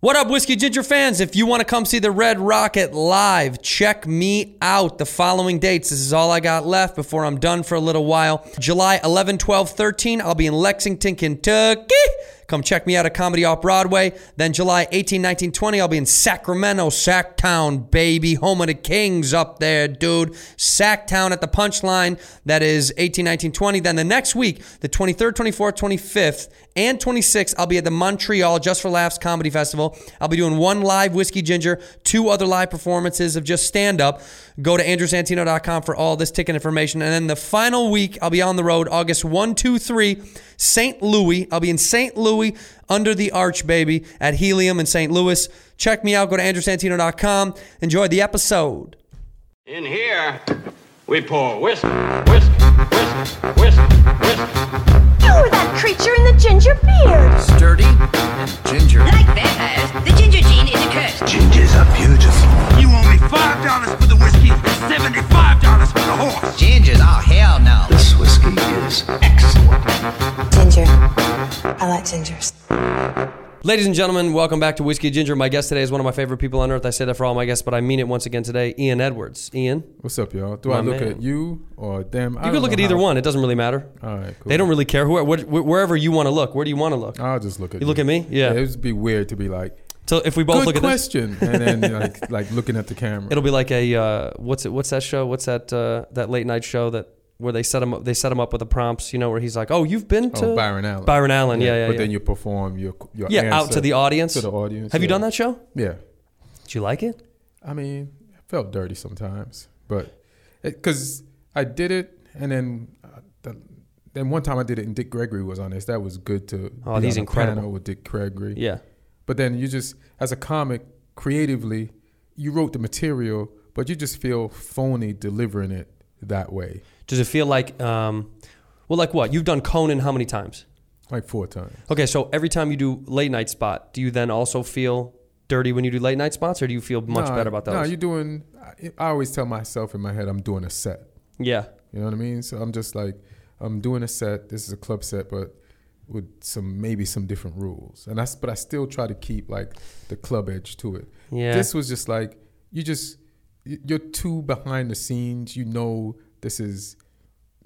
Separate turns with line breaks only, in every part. What up, Whiskey Ginger fans? If you want to come see the Red Rocket live, check me out the following dates. This is all I got left before I'm done for a little while. July 11, 12, 13, I'll be in Lexington, Kentucky. Come check me out at Comedy Off Broadway. Then July 18, 19, 20, I'll be in Sacramento, Sacktown, baby. Home of the Kings up there, dude. Sacktown at the punchline. That is 18, 19, 20. Then the next week, the 23rd, 24th, 25th, and 26th, I'll be at the Montreal Just for Laughs Comedy Festival. I'll be doing one live Whiskey Ginger, two other live performances of just stand up. Go to andrewsantino.com for all this ticket information. And then the final week, I'll be on the road August 1, 2, 3, St. Louis. I'll be in St. Louis under the arch, baby, at Helium in St. Louis. Check me out. Go to andrewsantino.com. Enjoy the episode.
In here, we pour whiskey, whiskey, whiskey, whiskey, whiskey.
You were that creature in the ginger beard.
sturdy and ginger.
Like vampires, the ginger gene is a curse.
Gingers are beautiful.
You owe me five dollars for the whiskey and seventy-five dollars for the horse.
Gingers, oh hell no.
This whiskey is excellent.
Ginger. I like gingers.
Ladies and gentlemen, welcome back to Whiskey Ginger. My guest today is one of my favorite people on earth. I say that for all my guests, but I mean it once again today. Ian Edwards. Ian,
What's up, y'all? Do
My
I look
man.
at you or them?
you can look at either one. It doesn't really matter.
All right, Oh, cool.
They don't really care who, wh- wh- wherever you want to look. Where do you want to look?
I'll just look at
You look at me? Yeah.
It would be weird to be like,
So if we both
good
look
question, and then like like looking at the camera.
at this, it'll be like a uh, what's it? What's that show? What's that uh, that late night show that where they set him up? They set him up with the prompts, you know, where he's like, "Oh, you've been to
oh, Byron Allen.
Byron Allen, yeah, yeah,
But
yeah.
then you perform your your
yeah, out
answer
to the audience,
To the audience.
Have you
yeah.
done that show?
Yeah.
Did you like it?
I mean, I felt dirty sometimes, but because I did it, and then uh, the, then one time I did it, and Dick Gregory was on this. That was good to.
Oh,
be
he's
on a
incredible.
panel with Dick Gregory.
Yeah.
But then you just, as a comic, creatively, you wrote the material, but you just feel phony delivering it that way,
Does it feel like, um, well, like what? You've done Conan how many times?
like four times.
Okay, so every time you do late night spot, do you then also feel dirty when you do late night spots, or do you feel much better about those?
No, you're doing. I, I always tell myself in my head, I'm doing a set.
yeah,
You know what I mean? So I'm just like, I'm doing a set. This is a club set, but with some maybe some different rules. And I s- but I still try to keep like the club edge to it.
Yeah.
This was just like you just y- you're too behind the scenes. You know this is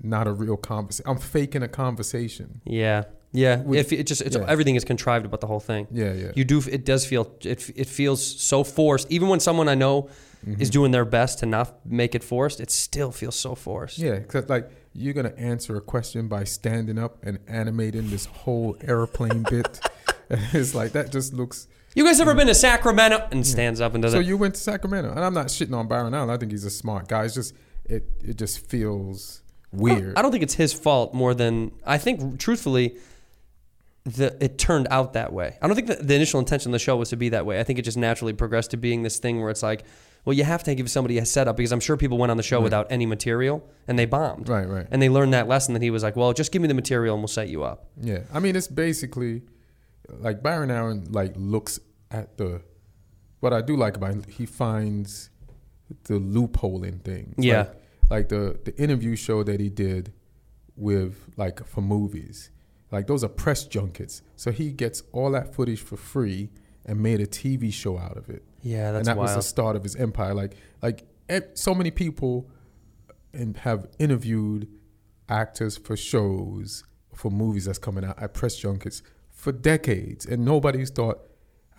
not a real conversation. I'm faking a conversation.
yeah, yeah.
Would-
if it just it's
yeah.
everything is contrived about the whole thing.
Yeah, yeah.
You do. It does feel it. It feels so forced. Even when someone I know
Mm-hmm.
is doing their best to not make it forced, it still feels so forced.
Yeah, because like you're gonna answer a question by standing up and animating this whole airplane bit. it's like that just looks.
You guys ever been to Sacramento and stands up and does
Mm-hmm. So
it?
you went to Sacramento, and I'm not shitting on Byron Allen. I think he's a smart guy. It's just it it just feels weird.
I don't think it's his fault more than I think truthfully the it turned out that way. I don't think the, the initial intention of the show was to be that way. I think it just naturally progressed to being this thing where it's like, well, you have to give somebody a setup because I'm sure people went on the show without any material and they bombed.
Right, right.
And they learned that lesson that he was like, well, just give me the material and we'll set you up.
Yeah, I mean it's basically like Byron Allen like looks at the. What I do like about him, he finds the loophole in things.
Yeah.
Like, like the the interview show that he did with like for movies, like those are press junkets. So he gets all that footage for free and made a TV show out of it.
Yeah, that's
and that was the
wild.
start of his empire. Like like e- so many people and have interviewed actors for shows for movies that's coming out at press junkets for decades, and nobody's thought,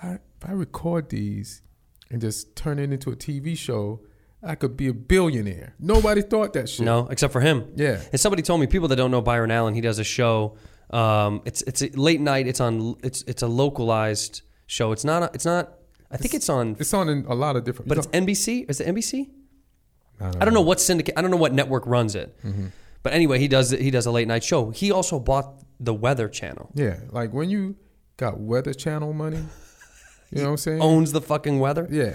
I, if I record these and just turn it into a TV show, I could be a billionaire. Nobody thought that shit.
No, except for him.
Yeah.
And somebody told me people that don't know Byron Allen, he does a show. Um, it's it's a late night. It's on. It's it's a localized show. It's not. A, it's not. I think it's, on.
It's on in a lot of different.
but it's NBC. Is it NBC? I don't know what syndicate. I don't know what network runs it.
Mm-hmm.
But anyway, he does he does a late night show. He also bought the Weather Channel.
yeah, like when you got Weather Channel money, You know what I'm saying?
Owns the fucking weather.
yeah.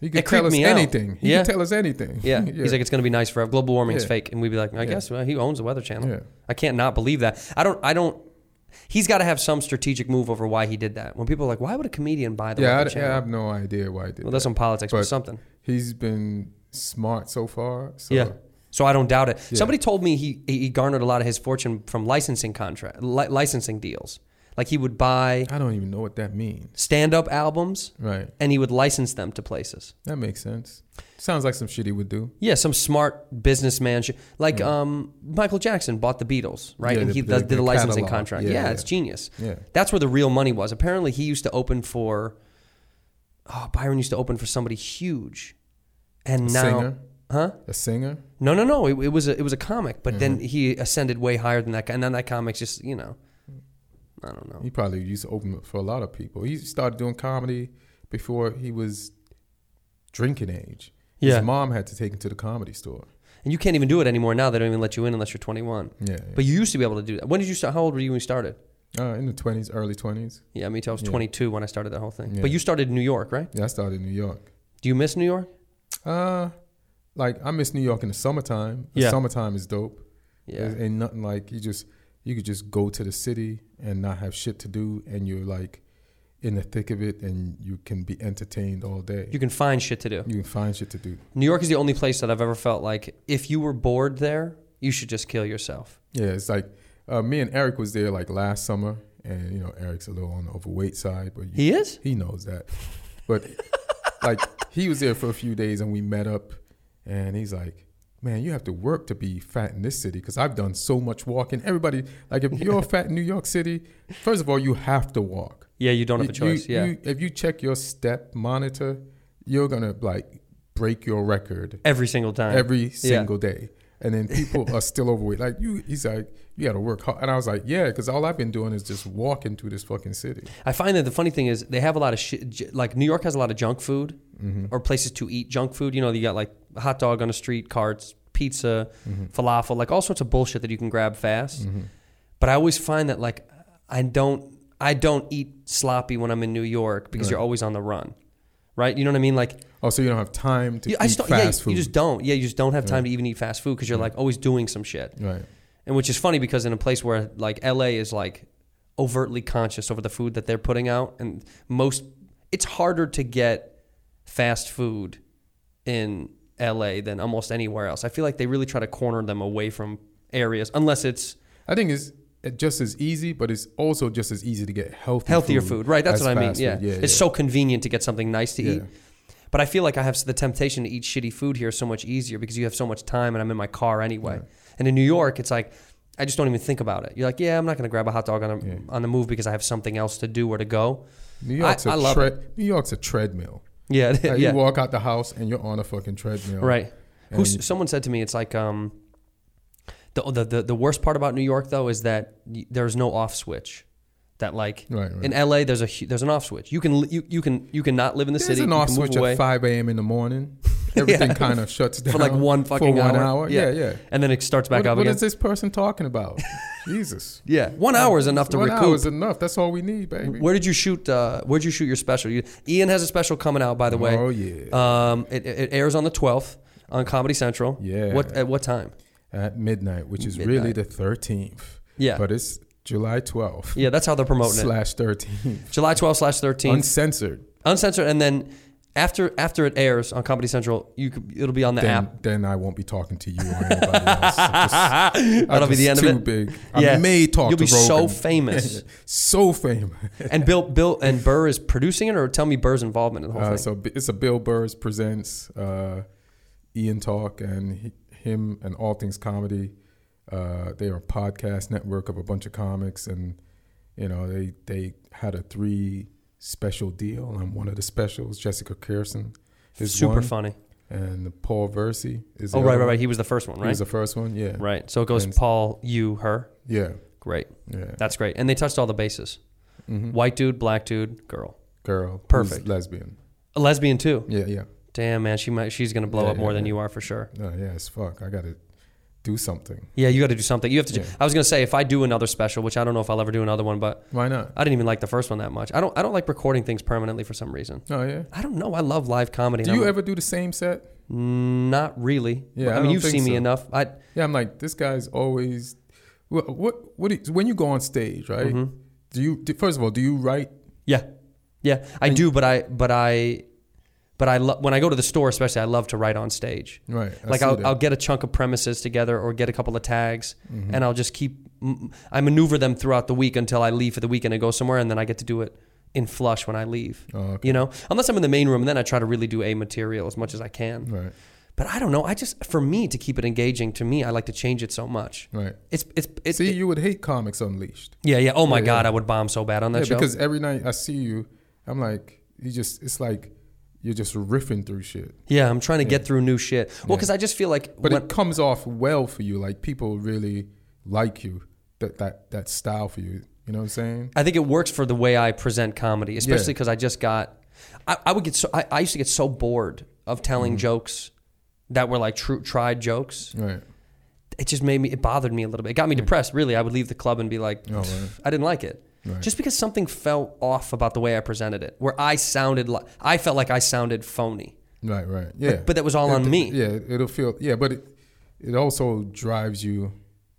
He
Oh.
can
It
tell
creeped
us
me out.
anything. He
Yeah.
can tell us anything.
Yeah. He's like, it's going to be nice forever. Global warming is
Yeah.
fake. And we'd be like, I guess well, he owns the Weather Channel.
Yeah.
I can't not believe that. I don't, I don't, he's got to have some strategic move over why he did that. When people are like, why would a comedian buy the
yeah, I,
Weather Channel?
I have no idea why I did.
well, that's on politics, but,
But-
something.
He's been smart so far. So
Yeah. So I don't doubt it. Somebody told me he he garnered a lot of his fortune from licensing contract li- licensing deals. Like he would buy
I don't even know what that means.
stand up albums,
Right.
And he would license them to places.
That makes sense. Sounds like some shit he would do.
Yeah, some smart businessman. Sh- like um, Michael Jackson bought the Beatles, right?
Yeah,
and
the-
he
the-
does- did
the
a licensing
catalog.
contract. Yeah,
Yeah, yeah.
it's genius.
Yeah.
That's where the real money was. Apparently, he used to open for. Oh, Byron used to open for somebody huge, and now,
singer?
huh?
A singer?
No, no, no. It, it was a it was a comic, but
Mm-hmm.
then he ascended way higher than that guy, and then that comic's just you know,
Mm.
I don't know.
He probably used to open up for a lot of people. He started doing comedy before he was drinking age.
Yeah.
His mom had to take him to the comedy store.
And you can't even do it anymore now. They don't even let you in unless you're 21.
Yeah, yeah.
But you used to be able to do that. When did you start? How old were you when you started?
Uh, in the twenties, early twenties.
Yeah, me too. I was 22 when I started that whole thing. But you started in New York, right?
Yeah, I started in New York.
Do you miss New York?
Uh like I miss New York in the summertime. The
Yeah.
summertime is dope.
Yeah.
There's- ain't nothing like you just you could just go to the city and not have shit to do and you're like in the thick of it and you can be entertained all day.
You can find shit to do.
you can find shit to do.
New York is the only place that I've ever felt like if you were bored there, you should just kill yourself.
Yeah, it's like uh, me and Eric was there like last summer, and you know Eric's a little on the overweight side, but you,
He is?
He knows that, but like he was there for a few days, and we met up, and he's like. Man, you have to work to be fat in this city because I've done so much walking. Everybody, like, if you're fat in New York City, first of all, you have to walk.
Yeah, you don't have a
You-
choice.
you-
yeah.
you- if you check your step monitor, you're gonna like break your record
every single time.
every
Yeah.
single day. And then people are still overweight. Like you, he's like, you got to work hard. And I was like, yeah, because all I've been doing is just walking through this fucking city.
I find that the funny thing is they have a lot of shit. j- Like New York has a lot of junk food or places to eat junk food. You know, you got like a hot dog on the street, carts, pizza, falafel, like all sorts of bullshit that you can grab fast. But I always find that like I don't I don't eat sloppy when I'm in New York because you're always on the run, right? You know what I mean? Like
Oh, so you don't have time to
you-
eat
I just don't, yeah,
fast food.
you just don't. Yeah, you just don't have time to even eat fast food because you're like always doing some shit.
Right.
And which is funny because in a place where like LA is like overtly conscious over the food that they're putting out, and most it's harder to get fast food in LA than almost anywhere else. I feel like they really try to corner them away from areas unless it's
I think it's uh, just as easy, but it's also just as easy to get healthy
healthier food. Right, that's
as
what I mean.
fast
Yeah.
food.
It's so convenient to get something nice to eat.
Yeah.
But I feel like I have the temptation to eat shitty food here so much easier because you have so much time and I'm in my car anyway. And in New York, it's like I just don't even think about it. You're like, yeah, I'm not going to grab a hot dog on, a, on the move because I have something else to do or to go.
New
I-
York's a
I love
tre- New York's a treadmill.
Yeah,
Like,
yeah,
You walk out the house and you're on a fucking treadmill.
right. Who's, someone said to me, it's like um, the, the the the worst part about New York though is that y- there's no off switch. That like
Right, right.
in LA, there's a hu- there's an off switch. You can li- you you can you can not live in the
There's
city.
an
you
off
can move
switch
away.
at 5 a.m. in the morning. Everything kind of shuts down
for like one
for
fucking
one
hour.
Yeah, yeah.
And then it starts back
What-
up
what
again.
is this person talking about? Jesus.
Yeah, one hour is enough to
One
recoup.
hour is enough. That's all we need, baby.
where did you shoot? Uh, where'd you shoot your special? You, Ian has a special coming out, by the way.
Oh, yeah.
Um, it, it airs on the twelfth on Comedy Central.
Yeah.
What at what time?
At midnight, which is really the 13th.
Yeah.
But it's July 12th
Yeah, that's how they're promoting it.
slash 13th.
July twelfth slash thirteenth,
Uncensored.
uncensored, and then after after it airs on Comedy Central, you could, it'll be on the
Then,
app.
then I won't be talking to you or anybody else. I'm just- I'm
That'll be
just
the end of
too
it.
big.
Yeah.
I may talk
You'll
to
be so
Rogan.
famous.
so famous.
And Bill Bill and Burr is producing it, or tell me Burr's involvement in the whole
Uh,
thing.
so b- it's a Bill Burrs presents uh, Ian Talk and he, him and All Things Comedy. Uh, they are a podcast network of a bunch of comics, and you know they they had a three special deal, and one of the specials, Jessica Kirsten, is
Super
one,
funny.
and Paul Versey is. the
Oh right,
other
right,
one.
right. He was the first one,
He
right?
was the first one, yeah.
right. So it goes
And-
Paul, you, her.
Yeah,
Great.
Yeah. Mm-hmm.
That's great. And they touched all the bases. White dude, black dude, girl.
girl, who's
Perfect.
lesbian.
A lesbian too.
Yeah, yeah,
Damn man, she might she's gonna blow up more than you are for sure.
oh, yeah. As fuck, I gotta do something.
Yeah, you got to do something. You have to. ju- I was gonna say if I do another special, which I don't know if I'll ever do another one, but
Why not?
I didn't even like the first one that much. I don't. I don't like recording things permanently for some reason.
Oh yeah.
I don't know. I love live comedy.
Do
and
you
I'm
ever do the same set?
Not really.
Yeah,
I
I
mean,
don't
you've
think
seen me
so.
enough. I
Yeah, I'm like this guy's always. What what, what do you- when you go on stage, right?
Mm-hmm.
Do you do- first of all do you write?
yeah, yeah, I do. But I but I but I lo- when I go to the store, especially, I love to write on stage.
Right, I
like
see
I'll,
that.
I'll get a chunk of premises together or get a couple of tags,
Mm-hmm.
and I'll just keep m- I maneuver them throughout the week until I leave for the weekend and go somewhere, and then I get to do it in flush when I leave.
Oh,
You know, unless I'm in the main room, and then I try to really do a material as much as I can.
Right.
But I don't know. I just for me to keep it engaging to me, I like to change it so much.
Right.
It's it's it's
See, you would hate Comics Unleashed.
Yeah, yeah. Oh my god, I would bomb so bad on that
Yeah,
show.
because every night I see you, I'm like, you just, it's like you're just riffing through shit.
yeah, I'm trying to get through new shit. Well, because I just feel like
But
when-
it comes off well for you. Like people really like you, that, that, that style for you. You know what I'm saying?
I think it works for the way I present comedy, especially because I just got. I, I would get so I, I used to get so bored of telling
Mm-hmm.
jokes that were like true tried jokes.
Right.
It just made me. It bothered me a little bit. It got me depressed. Really, I would leave the club and be like,
Oh, right.
I didn't like it. Just because something felt off about the way I presented it, where I sounded like I felt like I sounded phony.
Right, right. Yeah.
but that was all on me.
Yeah, it'll feel, yeah, but it, it also drives you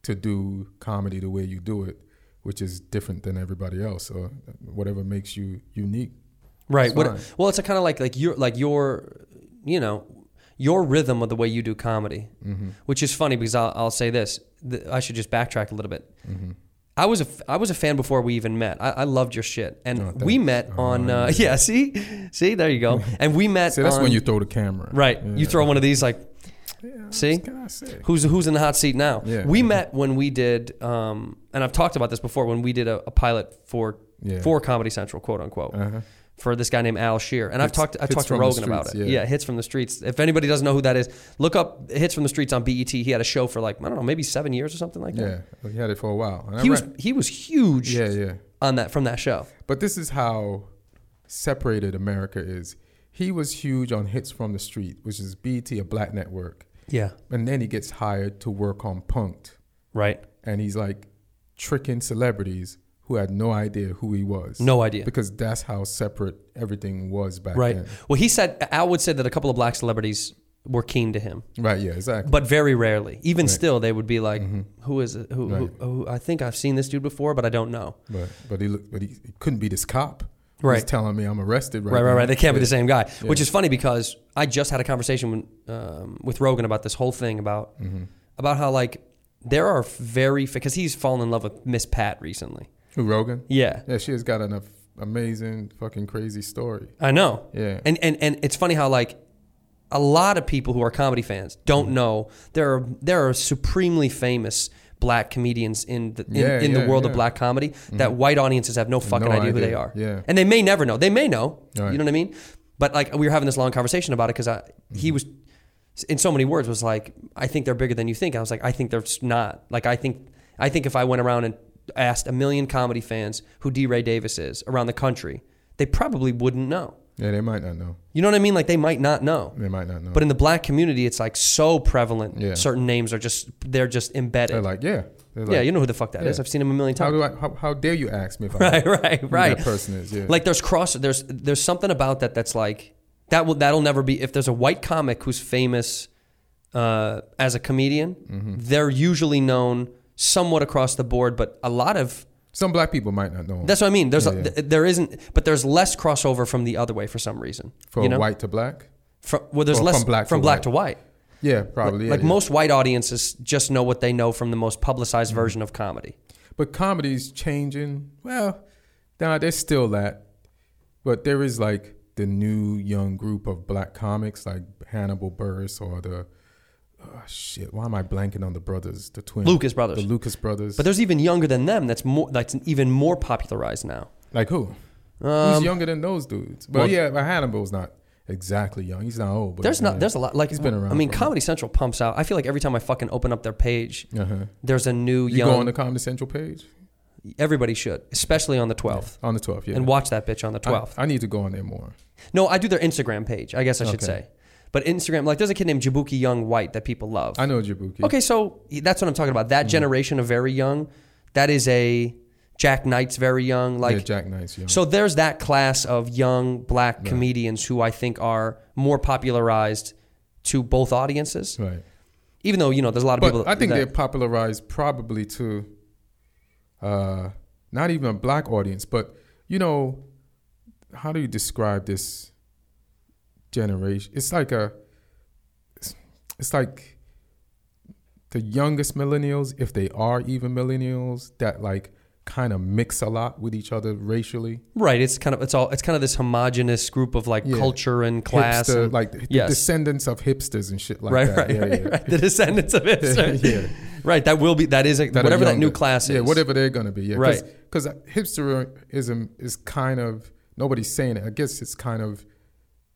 to do comedy the way you do it, which is different than everybody else or whatever makes you unique.
right what-
fine.
well it's a kind of like like your like your you know your rhythm of the way you do comedy
Mm-hmm.
which is funny because i'll, I'll say this th- i should just backtrack a little bit
Mm-hmm.
I was a f- I was a fan before we even met. I, I loved your shit, and
Oh,
we met on uh, yeah. See, see, there you go. And we met.
See, that's
on-
when you throw the camera.
Right. You throw one of these like See?
can I say?
Who's who's in the hot seat now?
Yeah.
We met when we did um, and I've talked about this before when we did a, a pilot for
Yeah. Uh-huh.
for Comedy Central, quote unquote. For this guy named Al Shear. And I've talked I've
Hits
talked to
from the
Rogan about it.
Streets,
Yeah.
yeah.
Hits from the Streets. If anybody doesn't know who that is, look up Hits from the Streets on BET. He had a show for like, I don't know, maybe seven years or something like
Yeah,
that.
he had it for a while. And I
He was
read-
he was huge
yeah, yeah.
on that from that show.
But this is how separated America is. He was huge on Hits from the Street, which is BT, a black network.
Yeah.
And then he gets hired to work on Punked.
Right.
And he's like tricking celebrities who had no idea who he was.
No idea.
Because that's how separate everything was back
Right.
then.
Well he said Al would say that a couple of black celebrities were keen to him.
Right, yeah, exactly.
but very rarely. Even still, they would be like,
Mm-hmm.
"Who is it? Who, who, who? I think I've seen this dude before, but I don't know."
But but he looked, but he, he couldn't be this cop.
Right.
He's telling me I'm arrested right
Right, right,
now.
right. They can't be
Yeah.
the same guy, which is funny because I just had a conversation when, um, with Rogan about this whole thing about
Mm-hmm.
about how like there are very because he's fallen in love with Miss Pat recently.
Who, Rogan?
Yeah.
Yeah, she has got an af- amazing fucking crazy story.
I know.
Yeah.
And and and it's funny how like a lot of people who are comedy fans don't
Mm.
know there are there are supremely famous black comedians in the in,
Yeah,
in the
yeah,
world of
yeah. Mm.
black comedy that white audiences have no fucking
No
idea, who
idea.
they are.
Yeah.
And they may never know. They may know.
Right.
You know what I mean? But like we were having this long conversation about it because I
Mm-hmm.
he was in so many words was like I think they're bigger than you think. I was like I think they're not. Like I think I think if I went around and asked a million comedy fans who D. Ray Davis is around the country, they probably wouldn't know.
Yeah, they might not know.
You know what I mean? Like they might not know.
They might not know.
But in the black community, it's like so prevalent.
Yeah.
Certain names are just they're just embedded.
they're like, yeah, they're
yeah,
like,
you know who the fuck that
yeah.
I've seen him a million
How
times.
do I? How, how dare you ask me if
right,
I
right,
who
right.
that person is? Yeah,
Like there's cross there's there's something about that that's like that will that'll never be if there's a white comic who's famous uh, as a comedian,
Mm-hmm.
they're usually known somewhat across the board, but a lot of
some black people might not know.
that's what I mean. There's a-
yeah.
th- there isn't, but there's less crossover from the other way for some reason.
for
you know?
white to black.
from, well, there's
or
less
from black to
from black
white.
to white.
Yeah, probably. yeah,
like
yeah.
most white audiences just know what they know from the most publicized
Mm-hmm.
version of comedy.
but comedy's changing. Well, nah, there's still that, but there is like the new young group of black comics, like Hannibal Burris or the. Oh, shit, why am I blanking on the brothers, the twins?
Lucas brothers.
The Lucas brothers.
But there's even younger than them that's more that's even more popularized now.
Like who?
Um,
Who's younger than those dudes? But yeah, but Hannibal's not exactly young. He's not old. But
There's
yeah.
not there's a lot like
he's been around.
I mean,
for a
Comedy Central pumps out. I feel like every time I fucking open up their page,
Uh-huh.
there's a new
You
young.
go on the Comedy Central page
everybody should, especially on the 12th,
on the twelfth. Yeah,
and watch that bitch on the
I-
12th.
I, need to go on there more.
no, I do their Instagram page. I guess I should
Okay.
say. But Instagram, like there's a kid named Jabuki Young White that people love.
I know Jabuki.
Okay, so that's what I'm talking about. That
Mm-hmm.
generation of very young, that is a Jack Knight's very young. Like
yeah, Jack Knight's young.
so there's that class of young black comedians who I think are more popularized to both audiences.
right.
Even though, you know, there's a lot of
But
people
I think
that-
they popularized probably to uh, not even a black audience, but you know, how do you describe this generation? It's like a, it's- it's like the youngest millennials, if they are even millennials, that like kind of mix a lot with each other racially.
Right, it's kind of it's all it's kind of this homogenous group of like
Yeah.
culture and class,
Hipster,
and,
like the
yes,
descendants of hipsters and shit like
right,
that.
right,
Yeah,
right,
yeah.
right. the descendants of hipster,
Yeah.
right. That will be that is a,
that are
whatever that new
younger.
class is,
Yeah, whatever they're gonna be. Yeah,
Right.
Because hipsterism is kind of nobody's saying it. I guess it's kind of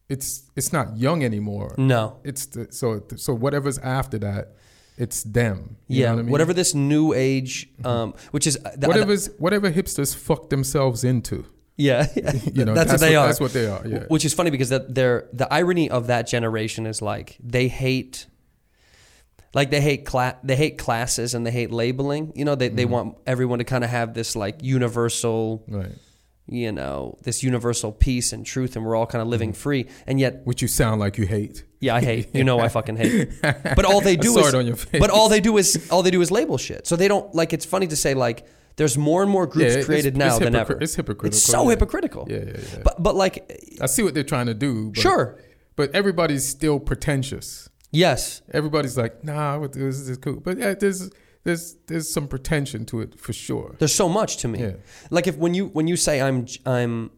it's it's not young anymore.
No,
It's the, so so whatever's after that, it's them. You
yeah,
know what I mean?
whatever this new age, um, which is the,
whatever's whatever hipsters fuck themselves into.
yeah,
You know,
that's, what
that's
they
what-
are.
that's what they are, yeah.
Which is funny because that they're the irony of that generation is like they hate. Like they hate cla- they hate classes and they hate labeling. You know, they, they
Mm-hmm.
want everyone to kind of have this like universal
Right.
you know, this universal peace and truth, and we're all kind of
Mm.
living free. And yet,
Which you sound like you hate.
yeah, I hate. You know, I fucking hate. But all they
I
do
saw
is,
it on your face.
but all they do is, all they do is label shit. So they don't like. It's funny to say like, there's more and more groups
Yeah, it's-
created
it's
now than ever.
hypocri- it's hypocritical,
It's so
yeah.
hypocritical.
Yeah, yeah, yeah.
But but like,
I see what they're trying to do. But,
Sure.
But everybody's still pretentious.
yes,
Everybody's like, nah, what- this is cool. But yeah, there's there's there's some pretension to it for sure.
there's so much to me.
Yeah.
Like if when you when you say I'm I'm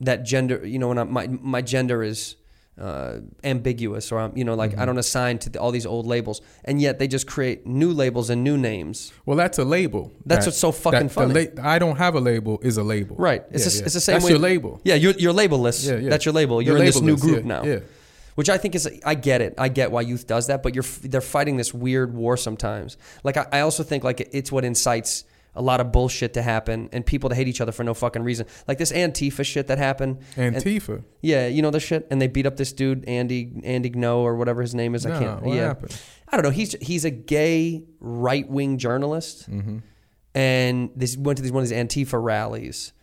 that gender, you know, when I'm, my my gender is uh, ambiguous, or I'm you know like
Mm-hmm.
I don't assign to the, all these old labels, and yet they just create new labels and new names.
Well, that's a label.
That's what's so fucking
the
funny.
la- I don't have a label is a label.
Right. It's,
Yeah,
the-
yeah.
it's the same
That's
way.
your label.
Yeah, you're, you're labelless.
Yeah, yeah.
That's your label. You're
You're
in this new
labelless,
group
yeah,
now.
yeah.
Which I think is, I get it. I get why youth does that, but you're f- they're fighting this weird war sometimes. Like, I, I also think, like, it's what incites a lot of bullshit to happen and people to hate each other for no fucking reason. Like this Antifa shit that happened. And-
Antifa.
yeah, you know the shit, and they beat up this dude Andy Andy Gno or whatever his name is. I
Nah,
can't.
what
yeah.
happened?
I don't know. He's he's a gay right wing journalist,
Mm-hmm.
and this went to these one of these Antifa rallies,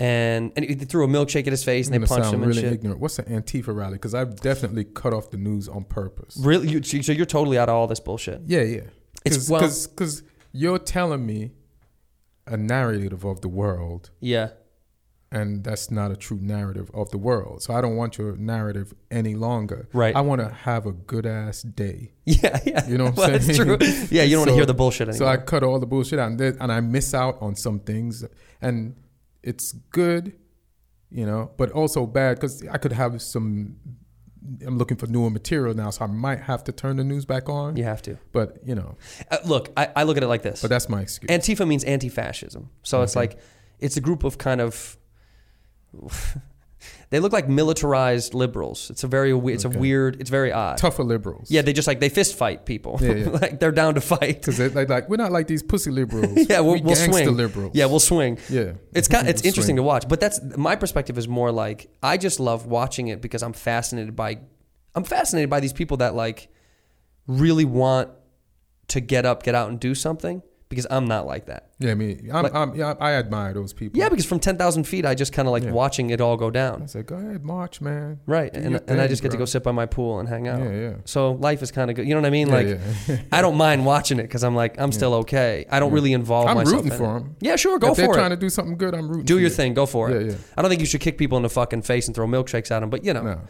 and and they threw a milkshake at his face,
I'm
and they
gonna
punched
sound
him
really
and shit.
ignorant. What's an Antifa rally? Because I've definitely cut off the news on purpose.
Really, you, so you're totally out of all this bullshit.
Yeah, yeah.
It's-
Because
well-
because you're telling me a narrative of the world,
Yeah,
and that's not a true narrative of the world. So I don't want your narrative any longer.
Right.
I want to have a good ass day.
yeah, yeah.
You know what I'm
Well,
saying?
It's true. Yeah, you don't want to
So-
hear the bullshit anymore.
So I cut all the bullshit out, and, there, and I miss out on some things, and it's good, you know, but also bad because I could have some. I'm looking for newer material now, so I might have to turn the news back on.
you have to
but you know,
uh, look. I, I look at it like this.
but that's my excuse.
Antifa means anti-fascism. So it's like it's a group of kind of they look like militarized liberals. It's a very we- it's a weird it's very odd.
Tougher liberals,
Yeah, they just like they fist fight people.
yeah.
like they're down to fight.
because they're like, we're not like these pussy liberals.
Yeah, we'll,
we
we'll
gangsta
swing.
liberals.
Yeah, we'll swing.
Yeah.
it's kind, it's
We'll
interesting
swing.
to watch. But that's my perspective is more like I just love watching it because I'm fascinated by, I'm fascinated by these people that like, really want to get up, get out, and do something because I'm not like that.
yeah. I mean, I'm, I'm, yeah, I admire those people.
Yeah, because from ten thousand feet, I just kind of like watching it all go down.
I said, go ahead, march, man.
Right,
Do
and,
your
and I
thing,
just get to
bro."
go sit by my pool and hang out.
Yeah, yeah.
So life is kind of good. You know what I mean? like,
yeah.
I don't mind watching it because I'm like, I'm still okay. I don't really involve
I'm
myself.
rooting
in
for
it.
them.
Yeah, sure, go
if
for
they're
it.
trying to do something good, I'm rooting.
do
for
your
you.
thing. Go for it.
Yeah, yeah.
I don't think you should kick people in the fucking face and throw milkshakes at them, but you know,
No.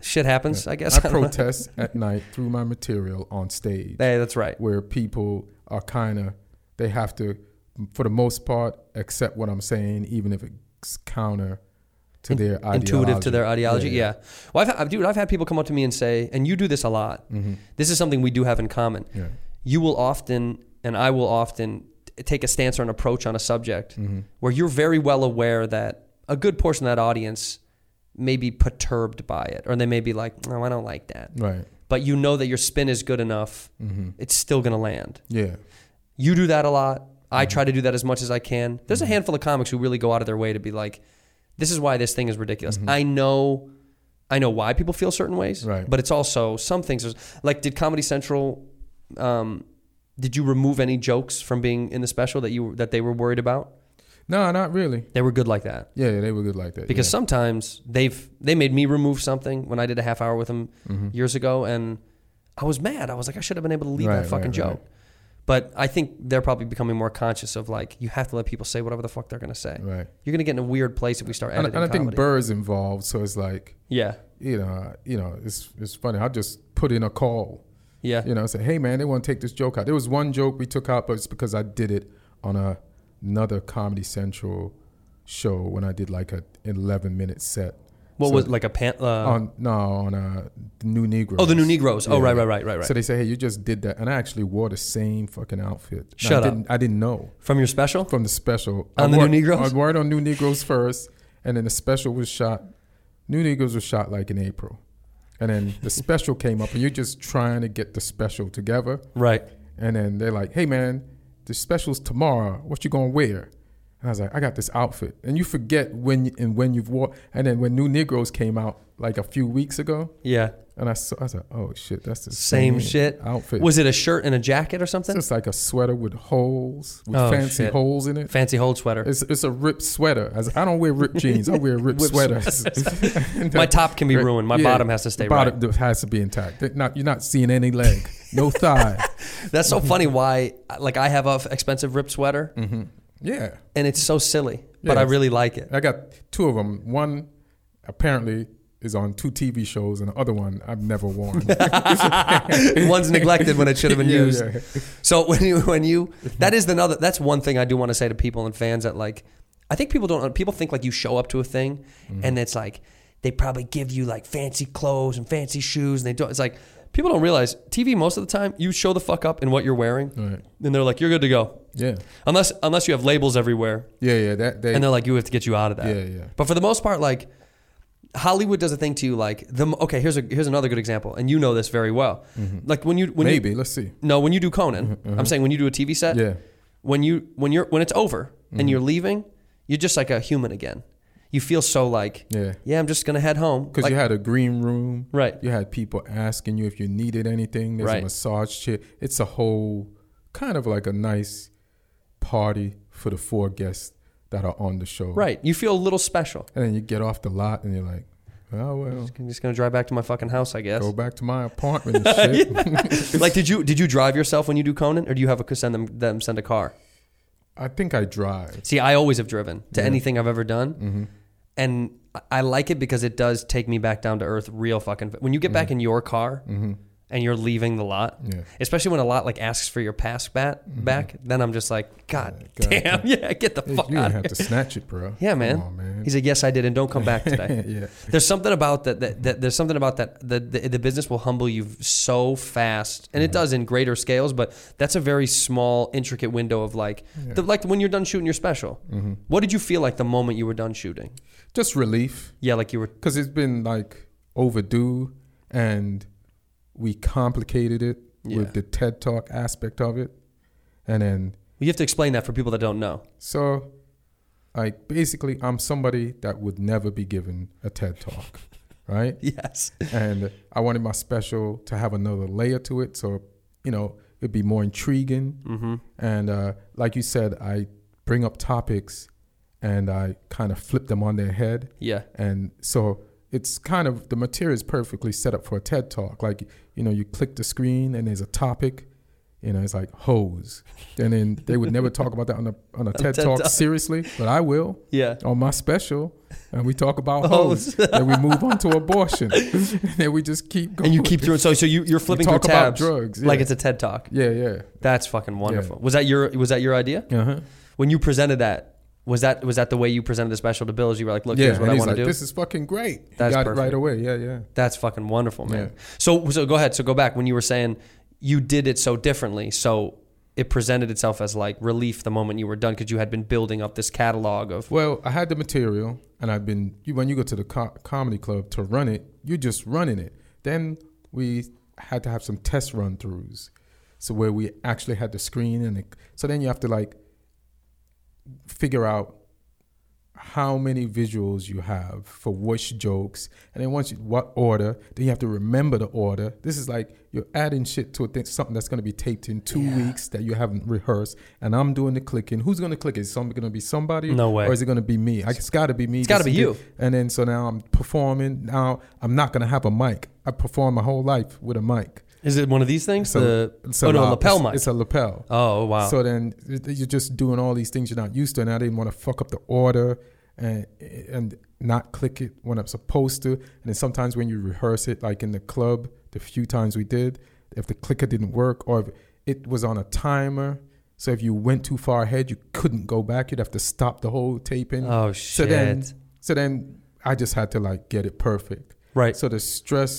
shit happens. I guess.
I protest at night through my material on stage,
hey, that's right.
where people are kind of they have to, for the most part, accept what I'm saying, even if it's counter to their ideology.
Intuitive to their ideology. Yeah. Well, I've, I've- dude, I've had people come up to me and say, and you do this a lot. This is something we do have in common.
Yeah.
You will often, and I will often, t- take a stance or an approach on a subject where you're very well aware that a good portion of that audience may be perturbed by it, or they may be like, "No, I don't like that."
Right.
But you know that your spin is good enough; it's still gonna land.
Yeah.
You do that a lot. I try to do that as much as I can. There's a handful of comics who really go out of their way to be like, this is why this thing is ridiculous. I know I know why people feel certain ways,
Right.
but it's also some things. Are, like, did Comedy Central? Um, did you remove any jokes from being in the special that you that they were worried about?
No, not really.
They were good like that
Yeah, yeah, they were good like that.
because
yeah.
sometimes they've they made me remove something when I did a half hour with them
Mm-hmm.
years ago, and I was mad. I was like, I should have been able to leave
Right,
that fucking
right, right.
joke. But I think they're probably becoming more conscious of like you have to let people say whatever the fuck they're gonna say.
Right.
You're gonna get in a weird place if we start
and,
editing.
and I think
comedy.
Burr's involved, so it's like
yeah,
you know, you know, it's it's funny. I just put in a call.
yeah,
You know, say, hey man, they want to take this joke out. There was one joke we took out, but it's because I did it on a, another Comedy Central show when I did like a an eleven minute set.
What
So-
was like a pan? Uh,
on no on uh, the New Negroes?
Oh, the New Negroes. Oh, right, right, right, right, right.
So they say, hey, you just did that, and I actually wore the same fucking outfit. And
Shut
I
up.
Didn't, I didn't know
from your special?
from the special
On
I
the New
wore-
Negroes?
I wore it on New Negroes first, and then the special was shot. New Negroes was shot like in April, and then the special came up, and you're just trying to get the special together,
right.
and then they're like, hey man, the special's tomorrow. What you gonna wear? And I was like, I got this outfit, and you forget when you- and when you've wore. And then when New Negroes came out like a few weeks ago,
Yeah.
and I saw, I was like, oh shit, that's the
Same
same,
shit.
outfit.
Was it a shirt and a jacket or something?
It's just like a sweater with holes, with
Oh,
fancy
shit.
holes in it.
Fancy hold sweater.
It's, it's a ripped sweater. As I don't wear ripped jeans. I wear ripped
Whip
sweaters.
My top can be ruined. My bottom has to stay
the bottom has to be intact. They're Not, you're not seeing any leg, no thigh.
That's so funny. Why? Like I have a f- expensive ripped sweater,
yeah,
and it's so silly, but
Yeah.
I really like it.
I got two of them. One apparently is on two TV shows, and the other one I've never worn.
One's neglected when it should have been
Yeah,
used.
yeah.
So when you when you that is another that's one thing I do want to say to people and fans that like I think people don't people think like you show up to a thing
Mm-hmm.
and it's like they probably give you like fancy clothes and fancy shoes and they don't it's like people don't realize TV most of the time you show the fuck up in what you're wearing
Right.
and they're like you're good to go.
yeah,
Unless unless you have labels everywhere
yeah, yeah. That they,
and they're like, "You have to get you out of that."
Yeah, yeah.
But for the most part, like Hollywood does a thing to you. Like the okay, here's a here's another good example, and you know this very well. Like when you when
Mm-hmm. maybe.
you,
Let's see. Mm-hmm,
no when you do Conan, I'm saying when you do a TV set,
Yeah. Mm-hmm.
When you when you're when it's over and you're leaving, you're just like a human again. You feel so like
Yeah.
yeah. I'm just gonna head home
Because
Like,
you had a green room,
Right.
You had people asking you if you needed anything. There's
Right.
a massage chair. It's a whole kind of like a nice party for the four guests that are on the show,
right. You feel a little special.
And then you get off the lot and you're like, oh well,
I'm just gonna drive back to my fucking house, I guess.
go back to my apartment and shit.
like, did you did you drive yourself when you do Conan, or do you have a send them them send a car?
I think I drive.
See, I always have driven to anything I've ever done,
Mm-hmm.
and I- I like it because it does take me back down to earth, real fucking. When you get back in your car and you're leaving the lot,
Mm-hmm. Yeah. Mm-hmm.
especially when a lot like asks for your pass bat back, then I'm just like, God, damn, yeah, get the
You
fuck out.
didn't
Here.
have to snatch it, bro.
Yeah,
Come
man.
on, man.
He's like, yes, I did, and don't come back today.
Yeah.
There's something about that, that, that. There's something about that. The, the the business will humble you so fast, and it
Mm-hmm.
does in greater scales. But that's a very small, intricate window of like, the, like when you're done shooting your special.
Mm-hmm.
What did you feel like the moment you were done shooting?
Just relief.
Yeah, like you were.
because it's been like overdue and we complicated it
Yeah.
with the TED Talk aspect of it. And then,
You have to explain that for people that don't know.
so like basically, I'm somebody that would never be given a TED Talk, right?
Yes.
and I wanted my special to have another layer to it, so you know it'd be more intriguing. Mm-hmm. And uh, like you said, I bring up topics, and I kind of flip them on their head.
Yeah.
And so it's kind of the material is perfectly set up for a TED talk. Like you know, you click the screen and there's a topic. You know, it's like hose, and then they would never talk about that on a on a TED,
TED
talk,
Talk.
seriously, but I will.
Yeah.
On my special, and we talk about hose, then we move on to abortion, and then we just keep going.
And you keep through it. So so you, you're flipping
talk
through
about
tabs.
drugs,
Like
yeah.
it's a TED talk.
Yeah, yeah.
That's fucking wonderful. Was that your was that your idea?
Uh huh.
When you presented that, was that was that the way you presented the special to Bill? Is you were like, look,
Yeah,
here's what
and
I
he's
want
like,
to do.
this is fucking great. He
That's
got
perfect.
it right away. Yeah, yeah.
That's fucking wonderful, man.
Yeah.
So so go ahead. So go back when you were saying you did it so differently. So it presented itself as like relief the moment you were done because you had been building up this catalog of
Well, I had the material, and I've been. You, when you go to the co- comedy club to run it, you're just running it. Then we had to have some test run throughs, so where we actually had the screen, and it, so then you have to like figure out how many visuals you have for which jokes, and then once you what order, then you have to remember the order. This is like you're adding shit to a thing, something that's going to be taped in two weeks that you haven't rehearsed, and I'm doing the clicking. Who's going to click? it? Is some going to be somebody?
No way.
Or is it going to be me? I- It's got to be me. It's
gotta be you.
And then so now I'm performing. Now I'm not going to have a mic. I performed my whole life with a mic.
Is it one of these things?
So
the
it's
oh no,
lap-
lapel
it's-
mic.
It's a lapel.
Oh, wow.
So then it- you're just doing all these things you're not used to, and I didn't want to fuck up the order and and not click it when I'm supposed to. And then sometimes when you rehearse it, like in the club, the few times we did, if the clicker didn't work or if it was on a timer. So if you went too far ahead, you couldn't go back. You'd have to stop the whole taping.
Oh,
So then,
shit.
so then I just had to like get it perfect.
Right.
So the stress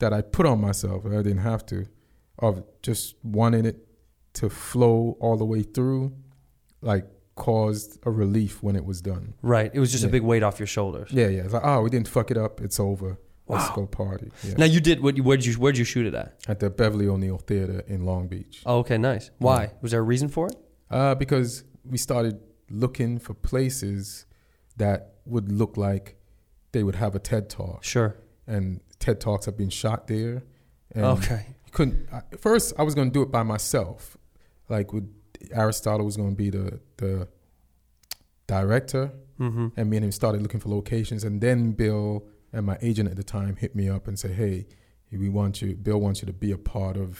that I put on myself, and I didn't have to, of just wanting it to flow all the way through, like caused a relief when it was done.
right. It was just a big weight off your shoulders.
Yeah, yeah. It's like, oh, we didn't fuck it up. It's over. Let's go party. Yeah.
Now you did what? you- Where'd you Where'd you shoot it at?
At the Beverly O'Neill Theater in Long Beach.
Oh, okay, nice. Why? Was there a reason for it?
Uh, because we started looking for places that would look like they would have a TED talk.
Sure.
and TED talks have been shot there. And
Okay.
you couldn't I, first. I was going to do it by myself. Like with Aristotle was going to be the the director, and me and him started looking for locations. And then Bill and my agent at the time hit me up and said, "Hey, we want you. Bill wants you to be a part of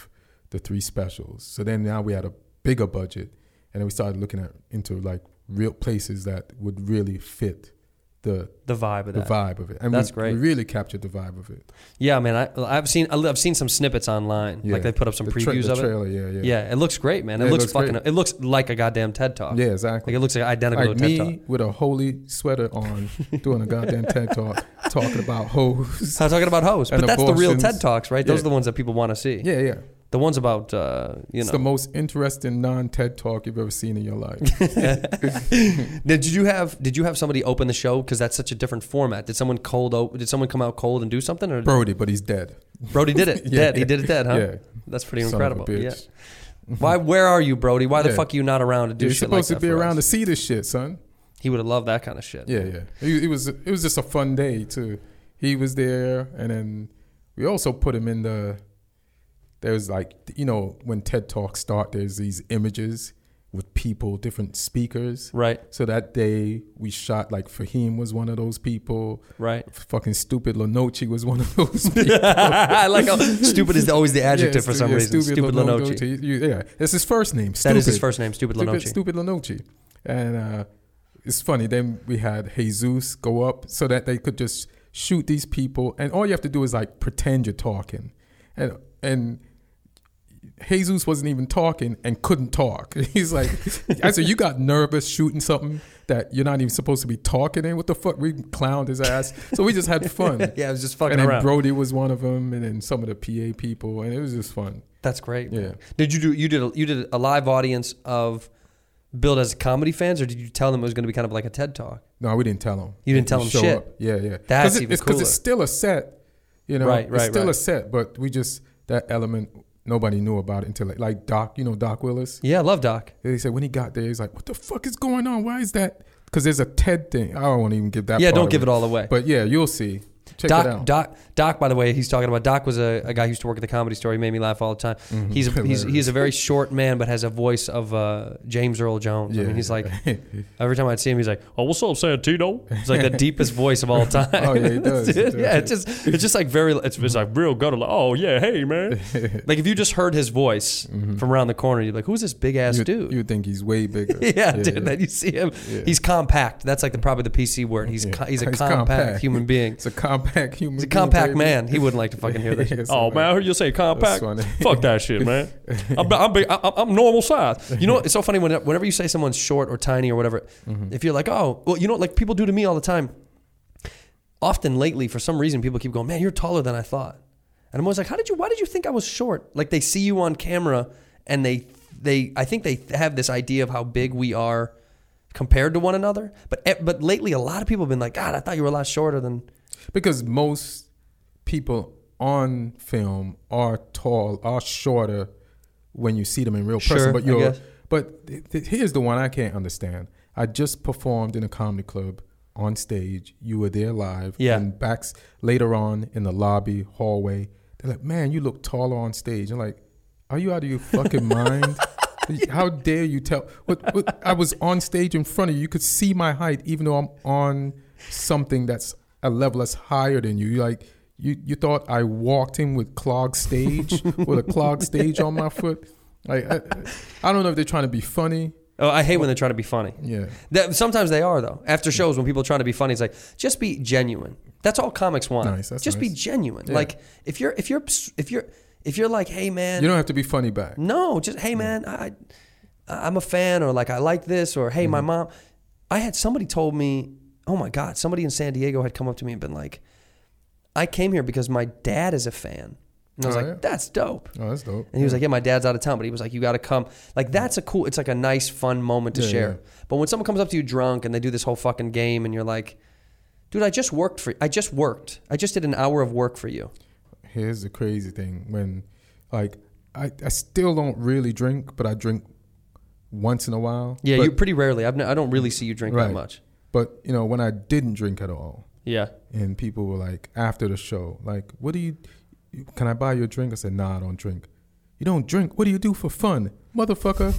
the three specials." So then now we had a bigger budget, and then we started looking at into like real places that would really fit the
The vibe of
the
that.
vibe of it. And
That's
we,
great.
We really captured the vibe of it.
Yeah, man. I, I've seen I've seen some snippets online.
Yeah.
Like they put up some
The tra-
previews
the
of
trailer,
it.
yeah, yeah.
Yeah, it looks great, man. It
Yeah, it
looks
looks
fucking.
great.
It looks like a goddamn TED talk.
Yeah, exactly.
Like it looks like identical
Like
to a
me
TED talk.
with a holy sweater on, doing a goddamn TED talk, talking about hoes.
I'm talking about hoes,
And
but that's the real
abortions.
TED talks, right? Those
Yeah.
are the ones that people want to see.
Yeah, yeah.
The ones about uh, you
It's
know.
the most interesting non TED talk you've ever seen in your life.
Now, did you have did you have somebody open the show because that's such a different format? Did someone cold op- did someone come out cold and do something or
Brody, but he's dead.
Brody did it
Yeah.
dead he did it dead huh?
Yeah.
That's pretty
Son of a
incredible. Yeah.
bitch.
Why where are you Brody? Why the
Yeah.
fuck are you not around to do
You're
shit
supposed
like
to
that
be
for
around to
us?
see this shit, son.
He would have loved that kind of shit.
Yeah, yeah. It, it was it was just a fun day too. He was there, and then we also put him in the. There's like you know when TED Talks start, there's these images with people, different speakers.
Right.
So that day we shot like Fahim was one of those people.
Right.
Fucking stupid Lenoci was one of those people.
I like how stupid is always the adjective for
stu-
some
yeah,
reason. Stupid,
Leno-
Lenoci.
Lenoci. You- yeah, it's his first name. Stupid.
That is his first name, Stupid Lenoci.
Stupid, stupid Lenoci. And uh, it's funny. Then we had Jesus go up so that they could just shoot these people, and all you have to do is like pretend you're talking, and and. Jesus wasn't even talking and couldn't talk. He's like, I said, you got nervous shooting something that you're not even supposed to be talking in. What the fuck? We clowned his ass. So we just had fun.
Yeah, it was just fucking
And then
around.
Brody was one of them, and then some of the PA people, and it was just fun.
That's great. man.
Yeah.
Did you do you did a, you did a live audience of built as comedy fans or did you tell them it was going to be kind of like a TED talk?
No, we didn't tell them.
You didn't tell 'em
Show
shit.
Up. Yeah, yeah.
That's
'Cause it-
even
it's because
cooler.
it's still a set. You know,
Right,
It's
right,
still
right.
a set, but we just that element nobody knew about it until like, like Doc. You know Doc Willis.
Yeah, I love Doc.
They said when he got there, he's like, "What the fuck is going on? Why is that?" Because there's a TED thing. I don't want to even give that.
Yeah,
part
don't
of
give it all away.
But yeah, you'll see. Check it
Doc,
out.
Doc, Doc. By the way, he's talking about Doc was a, a guy who used to work at the Comedy Store. He made me laugh all the time.
Mm-hmm.
He's a, he's he's a very short man, but has a voice of uh, James Earl Jones. I
Yeah,
mean, he's
yeah.
like every time I'd see him, he's like, "Oh, what's up, Santino?" It's like the deepest voice of all time.
Oh, yeah, he does. He does,
yeah, it's just it's just like very it's, it's like real guttural. Like, oh yeah, hey man. like if you just heard his voice
Mm-hmm.
from around the corner, you're like, "Who's this big ass
you,
dude?"
you think he's way bigger.
yeah, dude. Then you see him. He's compact. That's like the probably the PC word. He's co- he's a compact, human being.
It's a compact human.
He's a
being,
compact
baby.
man. He wouldn't like to fucking hear this.
Yes,
Oh
I
man, I
know.
heard you say compact.
funny.
Fuck that shit, man. I'm, I'm, big, I'm, I'm normal size.
You know, what? it's so funny when, whenever you say someone's short or tiny or whatever,
Mm-hmm.
if you're like, oh, well, you know, like people do to me all the time. Often lately, for some reason, people keep going, man, you're taller than I thought. And I'm always like, how did you, why did you think I was short? Like they see you on camera and they, they, I think they have this idea of how big we are compared to one another. But, eh, but lately, a lot of people have been like, God, I thought you were a lot shorter than,
because most people on film are tall, are shorter when you see them in real
Sure,
person. But
I
you're,
guess.
but th- th- here's the one I can't understand. I just performed in a comedy club on stage. You were there live.
Yeah.
And back later on in the lobby hallway, they're like, "Man, you look taller on stage." I'm like, "Are you out of your fucking mind?" How dare you tell? What, what, I was on stage in front of you. You could see my height, even though I'm on something that's a level that's higher than you. You like you, you thought I walked in with clogged stage with a clogged stage on my foot. Like I, I don't know if they're trying to be funny.
Oh, I hate when they're trying to be funny.
Yeah.
That, sometimes they are though. After shows, when people are trying to be funny, it's like just be genuine. That's all comics want.
Nice, that's
just be
nice.
genuine. Like if you're if you're if you're if you're like, hey man,
You don't have to be funny back.
no, just hey man, I I- I'm a fan or like I like this or hey my
Mm-hmm.
mom. I had somebody told me, oh my god, somebody in San Diego had come up to me and been like, I came here because my dad is a fan. And I was
Oh,
like,
yeah.
that's dope.
Oh, that's dope.
And he was like, "Yeah, my dad's out of town, but he was like, you got to come." Like that's a cool. It's like a nice, fun moment to
Yeah,
share.
yeah.
But when someone comes up to you drunk and they do this whole fucking game, and you're like, "Dude, I just worked for. I just worked. I just did an hour of work for you."
Here's the crazy thing when, like, I, I still don't really drink, but I drink once in a while.
Yeah,
But-
you pretty rarely. I've n- I don't really see you drink that much.
But you know when I didn't drink at all,
Yeah.
and people were like after the show, like, "What do you? Can I buy you a drink?" I said, "Nah, I don't drink." You don't drink. What do you do for fun, motherfucker?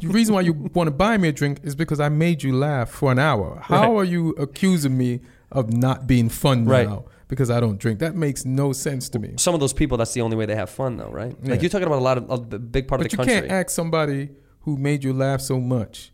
the reason why you want to buy me a drink is because I made you laugh for an hour. How
Right.
are you accusing me of not being fun
Right.
now because I don't drink? That makes no sense to me.
Some of those people, that's the only way they have fun, though, right?
Yeah.
Like you're talking about a lot of, of the big part of
But
the
you
country.
can't ask somebody who made you laugh so much.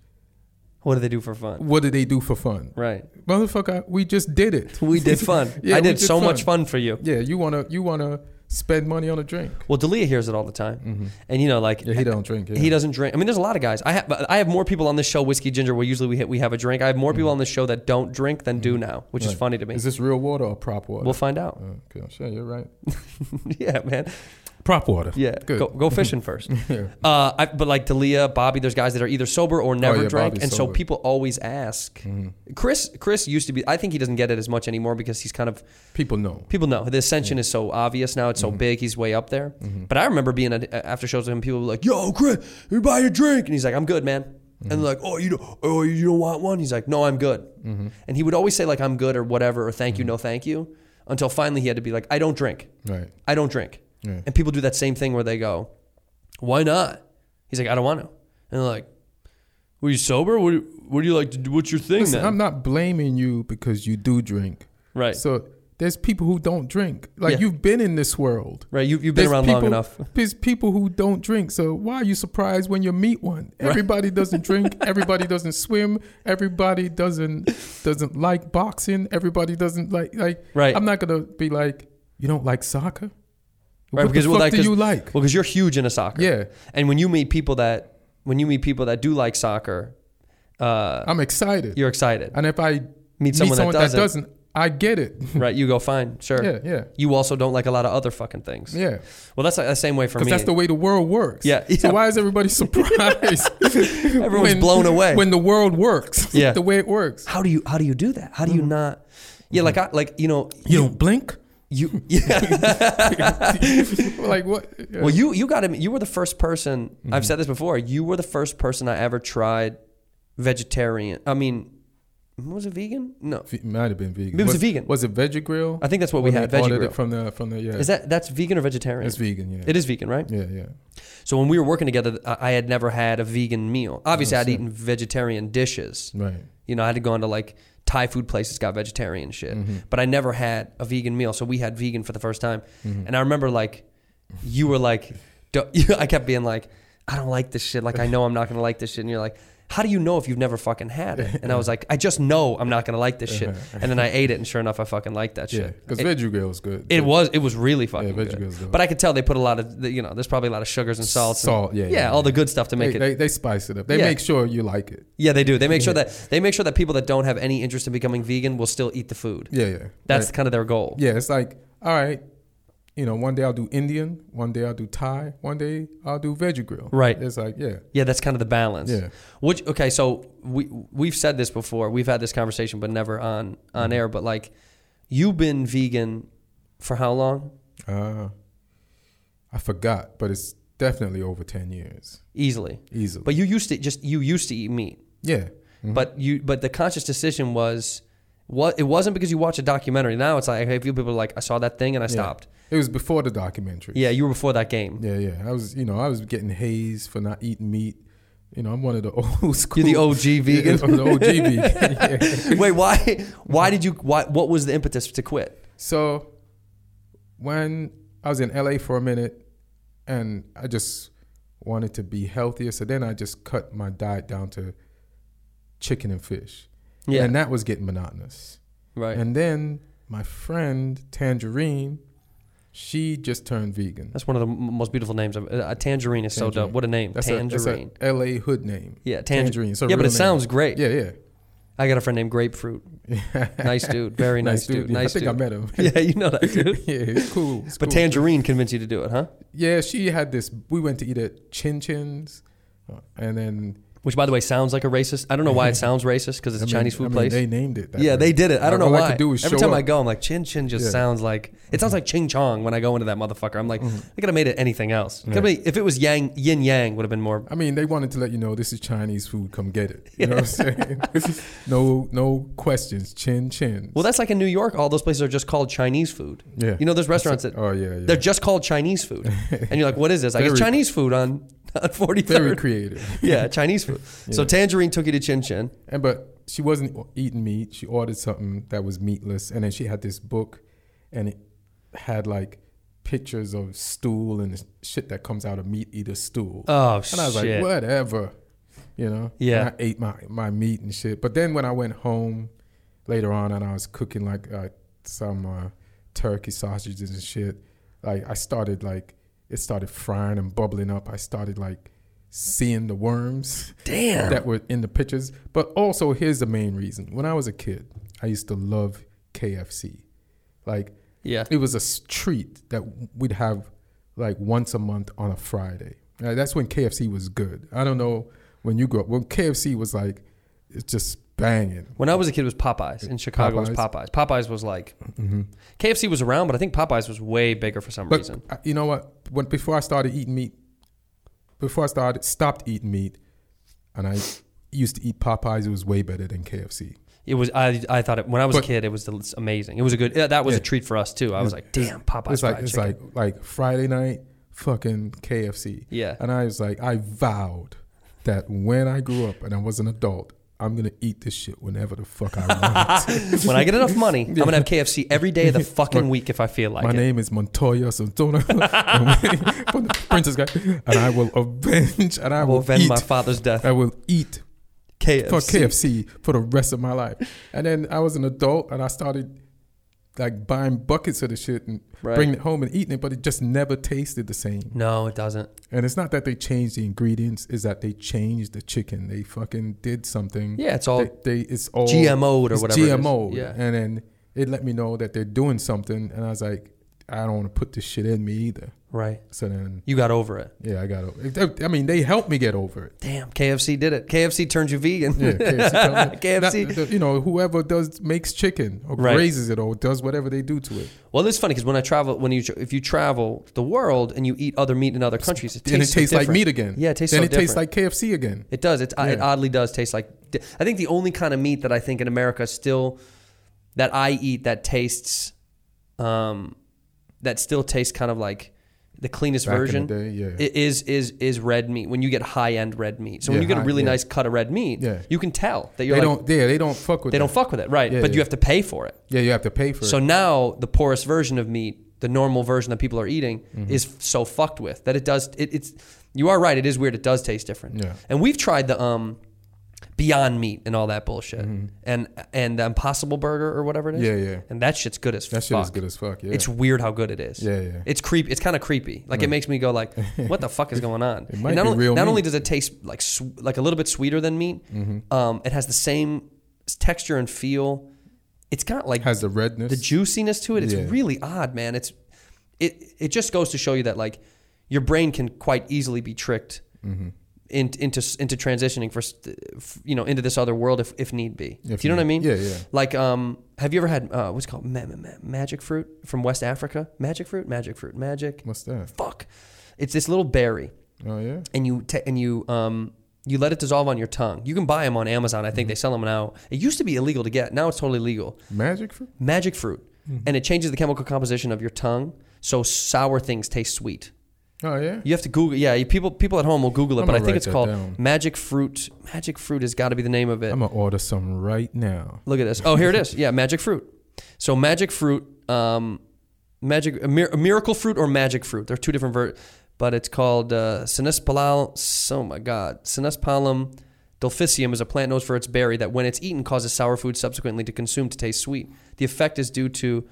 what do they do for fun?
What did they do for fun?
Right.
motherfucker, we just did it.
We did fun.
Yeah,
I
we
did so much fun for you.
Yeah, you wanna you wanna spend money on a drink.
Well, Dalia hears it all the time, and you know, like
Yeah, he don't drink, yeah.
Mm-hmm. He doesn't drink. I mean, there's a lot of guys. I have I have more people on this show, whiskey ginger, where usually we hit, we have a drink. I have more people on this show that don't drink than do now, which is
Mm-hmm. Right.
funny to me.
Is this real water or prop water?
we'll find out.
Okay, sure, you're right.
yeah, man.
Prop water.
Yeah,
Good.
go, go fishing first. uh, I, but like Dalia, Bobby, there's guys that are either sober or never
Oh, yeah,
drank,
Bobby's
and so
sober. Mm-hmm.
people always ask. Chris, Chris used to be. I think he doesn't get it as much anymore because he's kind of
People know.
people know the ascension is so obvious now.
Mm-hmm.
It's so big. He's way up there. But I remember being at, after shows with him. People were like, "Yo, Chris, you buy a drink," and he's like, "I'm good, man."
Mm-hmm.
And they're like, "Oh, you don't, oh, you don't want one?" He's like, "No, I'm good."
Mm-hmm.
And he would always say like, "I'm good" or whatever or "Thank you, no thank you," until finally he had to be like, "I don't drink."
Right.
I don't drink.
Yeah.
And people do that same thing where they go, "Why not?" He's like, "I don't want to." And they're like, "Were you sober? What do, what do you like to do? What's your thing
Listen,
then?"
I'm not blaming you because you do drink.
Right.
So there's people who don't drink. Like
Yeah.
you've been in this world.
Right, you- you've been around long
people-
enough.
There's people who don't drink. So why are you surprised when you meet one? Everybody doesn't drink. Everybody doesn't swim. Everybody doesn't doesn't like boxing. Everybody doesn't like like.
Right.
I'm not gonna be like you don't like soccer.
Right,
what the
well,
fuck
like,
do
'cause-
you like?
Well, because you're huge into soccer.
Yeah.
And when you meet people that when you meet people that do like soccer, uh,
I'm excited.
you're excited.
and if I
Meet someone that doesn't.
I get it.
right. You go fine. Sure.
Yeah, yeah.
You also don't like a lot of other fucking things.
Yeah.
Well, that's like the same way for me.
Because that's the way the world works.
Yeah, yeah.
So why is everybody surprised? Everyone's
blown away.
when the world works.
Yeah.
the way it works.
how do you how do you do that? How do you not? Yeah, like I like you know
Mm-hmm. You don't blink.
you yeah.
like what? Yeah.
Well, you you got to you were the first person. I've
Mm-hmm.
said this before. You were the first person I ever tried vegetarian. I mean, was it vegan? No.
It might have been vegan.
It was a vegan.
Was it veggie grill?
I think that's what we
When
had,
they
veggie
ordered
grill.
It from the from the yeah.
Is that that's vegan or vegetarian?
It's vegan, yeah.
It is vegan, right?
Yeah, yeah.
So when we were working together, I I had never had a vegan meal. Obviously, I'd eaten vegetarian dishes.
Right.
You know, I had gone to like Thai food places, got vegetarian shit,
Mm-hmm.
but I never had a vegan meal. So we had vegan for the first time,
Mm-hmm.
and I remember like you were like, don't- I kept being like, I don't like this shit. Like I know I'm not gonna like this shit, and you're like. How do you know if you've never fucking had it? And I was like, I just know I'm not gonna like this shit. And then I ate it, and sure enough, I fucking liked that
Uh-huh. Yeah,
shit.
because
It-
veggie grill is good.
it was it was really fucking
veggie
good.
grill's good.
But I could tell they put a lot of the- you know there's probably a lot of sugars and salts. and-
Salt, yeah,
yeah,
yeah,
all the
yeah.
good stuff to make
they,
it.
They, they spice it up. They
Yeah.
make sure you like it.
yeah, they do. They make sure that they make sure that people that don't have any interest in becoming vegan will still eat the food.
Yeah, yeah.
that's
Right.
kind of their goal.
Yeah, it's like, all right, you know, one day I'll do Indian, one day I'll do Thai, one day I'll do veggie grill.
Right.
It's like, yeah.
Yeah, that's kind of the balance.
Yeah.
Which okay, so we we've said this before. We've had this conversation, but never on
Mm-hmm.
on air. But like, you've been vegan for how long?
Uh, I forgot, but it's definitely over 10 years.
Easily.
Easily.
But you used to just you used to eat meat.
Yeah.
But you, but the conscious decision was, what? It wasn't because you watched a documentary. Now it's like, hey, few people are like, I saw that thing and I stopped.
It was before the documentary.
Yeah, you were before that game.
Yeah, yeah. I was, you know, I was getting hazed for not eating meat. You know, I'm one of the old school.
You're the OG vegan?
Yeah, I'm the OG vegan. yeah.
Wait, why? Why did you? Why, what was the impetus to quit?
So when I was in LA for a minute and I just wanted to be healthier, so then I just cut my diet down to chicken and fish.
Yeah.
And that was getting monotonous.
Right.
And then my friend Tangerine, she just turned vegan.
That's one of the m- most beautiful names. I've, uh, tangerine is so dope. What a name,
That's a- that's a
tangerine.
LA hood name.
Yeah, tang-
tangerine. It's a
yeah, but
real
it
name.
sounds great.
Yeah, yeah.
I got a friend named Grapefruit. nice dude. Very nice, dude.
Yeah,
Nice
I think
dude.
I met him.
Yeah, you know that dude.
yeah, it's cool. It's
But
cool.
Tangerine convinced you to do it, huh?
Yeah, she had this. We went to eat at Chin Chin's, uh, and then
Which, by the way, sounds like a racist. I don't know why it sounds racist because it's
I
a
mean-
Chinese
I
food
mean,
place.
they named it that
yeah,
way.
they did it. I don't know
All
why.
I could do is
Every
show
time I
up. Mm-hmm.
go, I'm like, Chin Chin just
Yeah.
sounds like it sounds like Ching Chong when I go into that motherfucker. I'm
Mm-hmm.
like, I could have made it anything else. Could've made- if it was Yang Yin Yang, would have been more.
I mean, they wanted to let you know this is Chinese food. Come get it. You know what I'm saying? no, no questions. Chin Chin.
Well, that's like in New York. All those places are just called Chinese food.
Yeah.
You know, there's restaurants that.
oh, yeah, yeah.
They're just called Chinese food, and you're like, what is this? I guess
Very-
Chinese food on on 43rd.
very creative.
yeah, Chinese food. So Tangerine took you to Chin Chin.
And but she wasn't eating meat. She ordered something that was meatless, and then she had this book, and it had like pictures of stool and shit that comes out of meat eater stool.
Oh
and I was
shit.
like, whatever, you know.
Yeah.
And I ate my my meat and shit. But then when I went home later on, and I was cooking like uh, some uh, turkey sausages and shit, like I started like it started frying and bubbling up. I started like seeing the worms
Damn.
that were in the pictures. But also, here's the main reason. When I was a kid, I used to love KFC. Like,
Yeah.
it was a s- treat that we'd have like once a month on a Friday. Now, that's when KFC was good. I don't know when you grew up. When KFC was like, it's just banging.
When I was a kid, it was Popeyes. In Chicago, it was Popeyes.
Popeyes. Mm-hmm.
Popeyes was like KFC was around, but I think Popeyes was way bigger for some
But
reason.
uh, you know what? When before I started eating meat, before I started stopped eating meat, and I used to eat Popeyes, it was way better than KFC.
It was I. I thought it when I was a
But-
kid, it was del- it's amazing. It was a good. yeah, that was a treat for us too. I was like, damn, Popeyes.
it's like
fried
it's
chicken.
like like Friday night fucking KFC.
Yeah.
And I was like, I vowed that when I grew up and I was an adult, I'm gonna eat this shit whenever the fuck I want.
when I get enough money, I'm gonna have KFC every day of the fucking week if I feel like
My
it.
name is Montoya Santona from the Princess Guy, and I will avenge and I will
avenge
eat-
my father's death.
I will eat
KFC.
for KFC for the rest of my life. And then I was an adult and I started like buying buckets of the shit and
Right.
bringing it home and eating it, but it just never tasted the same.
No, it doesn't.
And it's not that they changed the ingredients; is that they changed the chicken. They fucking did something.
Yeah, it's all
they, they it's all
GMO'd or
it's
whatever it is.
GMO'd.
Yeah.
and then it let me know that they're doing something, and I was like, I don't want to put this shit in me either.
Right.
So then,
You got over it.
yeah, I got over. I mean, they helped me get over it.
Damn, KFC did it. KFC turned you vegan.
Yeah, KFC. tell me-
KFC.
That- that- you know, whoever does makes chicken or
Right.
raises it or does whatever they do to it,
Well, it's funny because when I travel, when you if you travel the world and you eat other meat in other countries, it tastes
then it
so
tastes like
different.
meat again.
Yeah, it tastes.
Then
so
it tastes
different.
like KFC again.
It does. It's, uh, It
Yeah.
oddly does taste like. I think the only kind of meat that I think in America still that I eat that tastes, um, that still tastes kind of like the cleanest
Back
version.
in the day, yeah.
i- Is is is red meat when you get high end red meat. So when
Yeah,
you get a
high-
really
yeah.
nice cut of red meat,
Yeah.
you can tell that
They
you're like
don't. Yeah, they don't fuck with.
they don't
that.
fuck with it, right?
Yeah,
but you
yeah.
have to pay for it.
Yeah, you have to pay for it.
So now the porous version of meat, the normal version that people are eating,
Mm-hmm.
is f- so fucked with that it does. It, it's you are right. It is weird. It does taste different.
Yeah.
And we've tried the um, Beyond Meat and all that bullshit, and and the Impossible Burger or whatever it is.
Mm-hmm. Yeah, yeah.
And that shit's good as fuck.
That shit is good as fuck. Yeah,
It's weird how good it is.
Yeah, yeah.
It's creep. It's kind of creepy. Like it makes me go like, "What the fuck is going on?" It
might
not
be
only,
real
Not
meat. Mm-hmm.
only does it taste like sw- like a little bit sweeter than meat, um, it has the same s- texture and feel. It's got like
has the redness.
the juiciness to it. It's
Yeah.
really odd, man. It's it it just goes to show you that like your brain can quite easily be tricked
Mm-hmm.
in, into into transitioning for st- f- you know into this other world if, if need be.
If
Do you know what I mean?
need- yeah, yeah.
Like um, have you ever had uh, what's it called ma- ma- ma- magic fruit from West Africa? Magic fruit, magic fruit, magic.
What's that?
Fuck, it's this little berry
Oh yeah.
and you ta and you um You let it dissolve on your tongue. You can buy them on Amazon. I think
Mm-hmm.
they sell them now. It used to be illegal to get. Now it's totally legal.
Magic fruit?
Magic fruit,
Mm-hmm.
and it changes the chemical composition of your tongue, so sour things taste sweet.
Oh yeah.
You have to Google. Yeah, you- people people at home will Google it,
I'm
but I
gonna
think
write
it's
that
called
down.
Magic Fruit. Magic Fruit has got to be the name of it.
I'm gonna order some right now.
Look at this. Oh, here it is. Yeah, magic fruit. So magic fruit, um, magic a mir- a miracle fruit or magic fruit. They're two different ver, but it's called uh, Sinespalal. Oh my God, Sinespalum dulficium is a plant known for its berry that, when it's eaten, causes sour food subsequently to consume to taste sweet. The effect is due to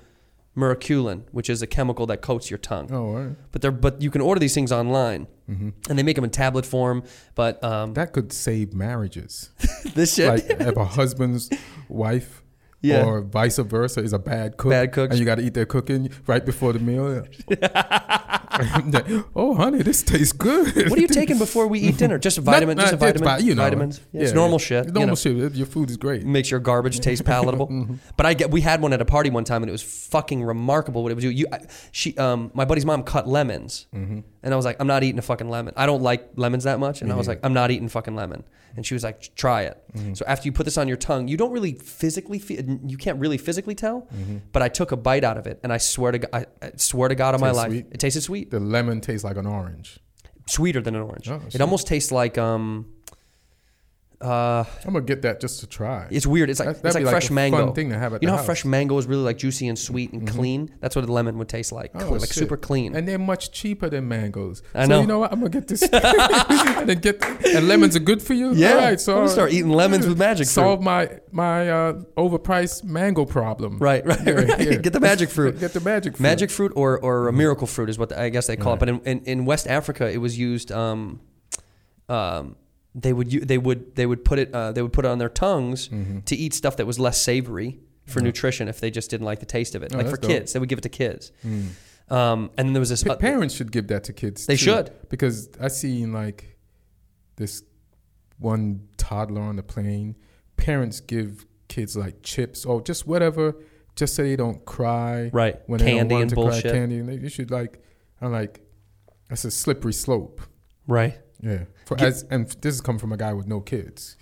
miraculin, which is a chemical that coats your tongue.
Oh, all right.
But they're but you can order these things online, and they make them in tablet form. But um,
That could save marriages.
this shit.
like if a husband's wife
Yeah.
or vice versa is a bad cook.
Bad cook.
And you got to eat their cooking right before the meal. oh, honey, this tastes good.
What are you taking before we eat dinner? Just a vitamin, just a
it's
vitamin,
vi- you know,
vitamins.
yeah,
it's normal shit. you
Normal
know. Mm.
shit. Mm-hmm. Your food is great.
Makes your garbage taste palatable. But I get, we had one at a party one time, and it was fucking remarkable what it would do. You, I, she, um, my buddy's mom cut lemons,
Mm-hmm.
and I was like, I'm not eating a fucking lemon. I don't like lemons that much, and I was like, I'm not eating fucking lemon. And she was like, try it.
Mm-hmm.
So after you put this on your tongue, you don't really physically, feel, you can't really physically tell.
Mm-hmm.
But I took a bite out of it, and I swear to God, I, I swear to God on my
Tastes
life,
sweet?
it tasted sweet
The lemon tastes like an orange.
sweeter than an orange.
Oh,
it
sweet.
almost tastes like um,
I'm gonna get that just to try.
it's weird. It's like
That- that'd
it's like,
be like
fresh
a fun
mango.
thing to have at
you know
the
how fresh
house. Mm-hmm.
mango is really like juicy and sweet and clean. That's what a lemon would taste like,
Oh,
Clean- like
shit.
super clean.
and they're much cheaper than mangoes.
I
So
know.
you know what? I'm gonna get this, and then get and lemons are good for you.
Yeah.
All right, so
I'm gonna start eating lemons with magic
Solve my my uh, overpriced mango problem.
Right, right, right.
yeah.
Get the magic fruit.
Get the magic fruit. Mm-hmm.
Magic fruit or, or a miracle fruit is what I guess they call it. But in, in, in West Africa, it was used. Um, um, they would u- they would they would put it uh, they would put it on their tongues
Mm-hmm.
to eat stuff that was less savory for nutrition if they just didn't like the taste of it. like for
Oh, that's dope. Mm.
kids, they would give it to kids. Um, and then there was this
Pa-
uh,
parents should give that to kids.
They
too.
should.
because I seen like this one toddler on the plane. Parents give kids like chips or just whatever, just so they don't cry.
Right.
when they don't
Candy
want
and
to
bullshit.
cry candy, and they, you should like, I'm like, that's a slippery slope.
right.
Yeah, for as and this is coming from a guy with no kids,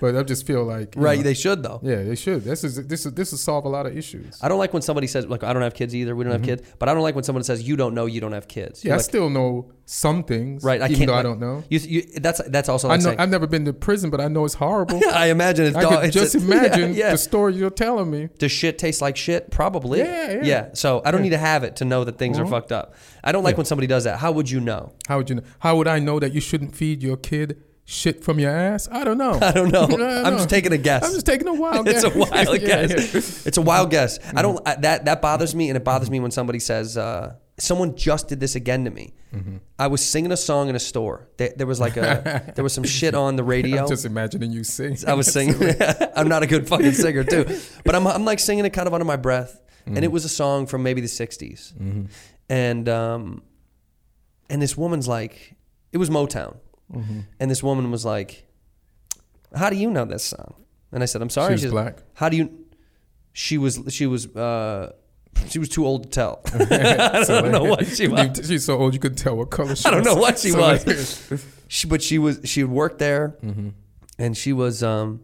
but I just feel like you
Right,
know,
they should though.
yeah, they should. This is this is this will solve a lot of issues.
I don't like when somebody says like I don't have kids either. We don't
Mm-hmm.
have kids, but I don't like when someone says you don't know you don't have kids.
yeah,
You're
I
like,
still know some things,
right. I
even
can't.
though I
like-
don't know.
You, you, that's that's also.
I
Like
know
saying-
I've never been to prison, but I know it's horrible.
I imagine it's.
I
dog-
could
it's a-
just imagine
Yeah, yeah.
the story you're telling me.
Does shit taste like shit? Probably.
Yeah, yeah. Uh-huh.
So I don't need to have it to know that things are fucked up. I don't like when somebody does that. How would you know?
How would you know? How would I know that you shouldn't feed your kid shit from your ass? I don't know.
I don't know.
I don't
I'm just
know.
taking a guess.
I'm just taking a wild
it's
guess.
a wild
Yeah,
guess.
yeah. Mm-hmm.
It's a wild guess. I don't I, that that bothers me, and it bothers me when somebody says uh, someone just did this again to me.
Mm-hmm.
I was singing a song in a store. There, there was like a there was some shit on the radio.
I'm just imagining you sing.
I was singing. I'm not a good fucking singer too, but I'm I'm like singing it kind of under my breath, and
Mm.
it was a song from maybe the '60s,
Mm-hmm.
and um, and this woman's like, it was Motown,
Mm-hmm.
and this woman was like, "How do you know this song?" And I said, "I'm sorry."
She was
She's-
black?
How do you? She was she was uh, she was too old to tell. I don't know what she was.
She's so old you couldn't tell what color she
I don't
was.
know what she
So,
was. she, but she was she had worked there,
Mm-hmm.
and she was um,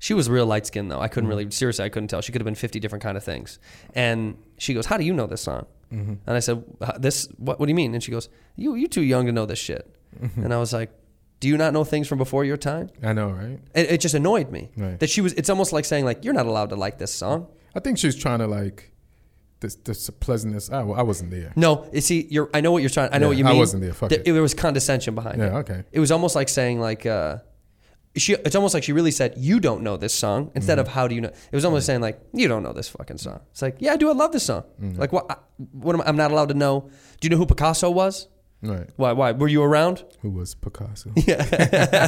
she was real light skinned though. I couldn't
Mm-hmm.
really seriously. I couldn't tell. She could have been fifty different kind of things. And she goes, "How do you know this song?"
Mm-hmm.
And I said, "Uh, "This what? What do you mean?" And she goes, "You you too young to know this shit."
Mm-hmm.
And I was like, "Do you not know things from before your time?"
I know, right?
It, it just annoyed me
Right.
that she was. It's almost like saying like, "You're not allowed to like this song."
I think she was trying to like this this pleasantness. I, I wasn't there.
No, you see, you're. I know what you're trying. I know
Yeah,
what you
I
mean.
wasn't there, fuck
Th-
it.
was condescension behind it.
Yeah, okay.
It was almost like saying like, uh, she. It's almost like she really said, "You don't know this song." Instead
Mm-hmm.
of "How do you know?" It was almost saying like, "You don't know this fucking song." It's like, "Yeah, I do. I love this song."
Mm-hmm.
Like, what? I, what am I, I'm not allowed to know? Do you know who Picasso was?
Right.
Why? Why were you around?
Who was Picasso?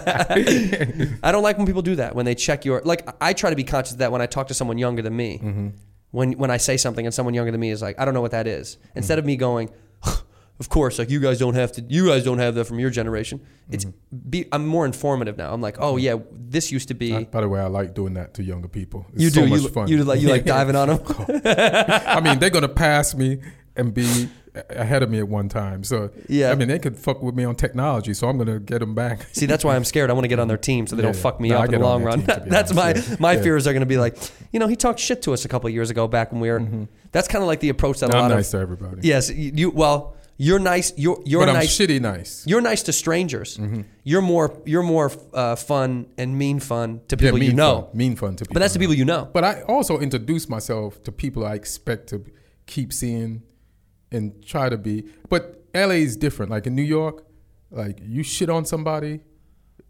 I don't like when people do that when they check your like. I try to be conscious of that when I talk to someone younger than me.
Mm-hmm.
When when I say something and someone younger than me is like, I don't know what that is. Instead of me going, of course, like you guys don't have to, you guys don't have that from your generation. It's
Mm-hmm.
be, I'm more informative now. I'm like, oh yeah, this used to be.
I- by the way, I like doing that to younger people. It's
you
so
do
much
you,
fun.
you like you like diving on them.
I mean, they're gonna pass me and be a- ahead of me at one time. So
Yeah.
I mean they could fuck with me on technology, so I'm gonna get them back.
See, that's why I'm scared. I want to get on their team so they
Yeah,
don't
yeah.
fuck me
No, I
up in
get
the
on
long
their
run.
team, to be
that's my
honest, yeah.
my
Yeah.
fears are going to be like, you know, he talked shit to us a couple of years ago back when we were. That's kind of like the approach that a
Mm-hmm. I'm
lot
nice
of
to everybody.
Yes, you you- well, you're nice. You're you're
but I'm
nice.
shitty Mm-hmm. nice.
You're nice to strangers. You're more you're more uh, fun and mean fun to people
mean
you know.
fun, mean fun to people.
But that's to people you know.
But I also introduce myself to people I expect to keep seeing and try to be. But LA is different. Like in New York, like you shit on somebody,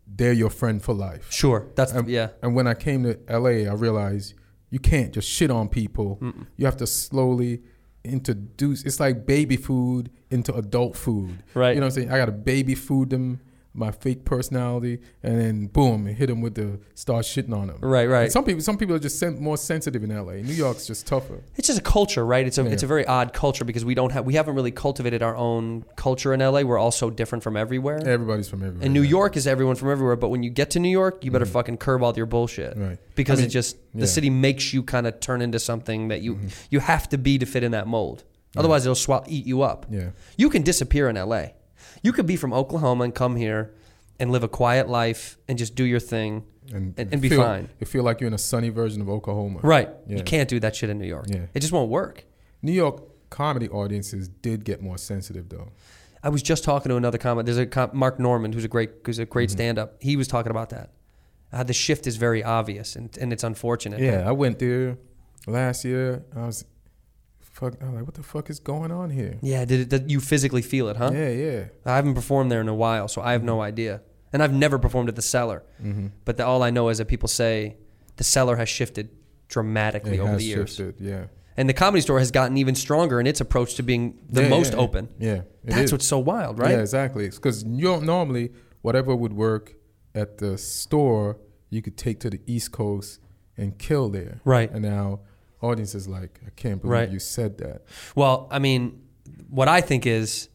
they're your friend for life.
Sure, that's
And,
yeah.
And when I came to LA, I realized you can't just shit on people. You have to slowly introduce. It's like baby food into adult food.
Right.
You know what I'm saying? I got to baby food them my fake personality, and then boom, and hit them with the start shitting on them.
Right, right.
And some people, some people are just sen- more sensitive in LA. New York's just tougher.
It's just a culture, right? It's a it's a very odd culture because we don't have we haven't really cultivated our own culture in LA. We're all so different from everywhere.
Everybody's from everywhere.
And New York is everyone from everywhere, but when you get to New York, you better fucking curb all your bullshit.
Mm-hmm. Right.
Because
I
it
mean,
just the
yeah. Mm-hmm.
city makes you kind of turn into something that you you have to be to fit in that mold. Otherwise, it'll swat eat you up.
Yeah.
You can disappear in LA. You could be from Oklahoma and come here and live a quiet life and just do your thing and, and, be
feel,
fine.
You feel like you're in a sunny version of Oklahoma.
Right.
Yeah.
You can't do that shit in New York.
Yeah.
It just won't work.
New York comedy audiences did get more sensitive though.
I was just talking to another comic. There's a com- Mark Norman who's a great who's a great
Mm-hmm.
stand up. He was talking about that. How the shift is very obvious and, and it's unfortunate.
Yeah, I went there last year. I was fuck. I was like, what the fuck is going on here?
Yeah, did it, did you physically feel it, huh?
Yeah, Mm-hmm. yeah.
I haven't performed there in a while, so I have no idea. And I've never performed at the cellar.
Mm-hmm.
But the, all I know is that people say the cellar has shifted dramatically
It
over
has
the years.
shifted, Yeah.
And the comedy store has gotten even stronger in its approach to being the
Yeah,
most
yeah,
open.
Yeah. it
That's
is.
what's so wild, right?
Yeah, exactly. Because normally whatever would work at the store, you could take to the East Coast and kill there.
Right.
And now audience is like, I can't believe
Right.
you said that.
Well, I mean, what I think is,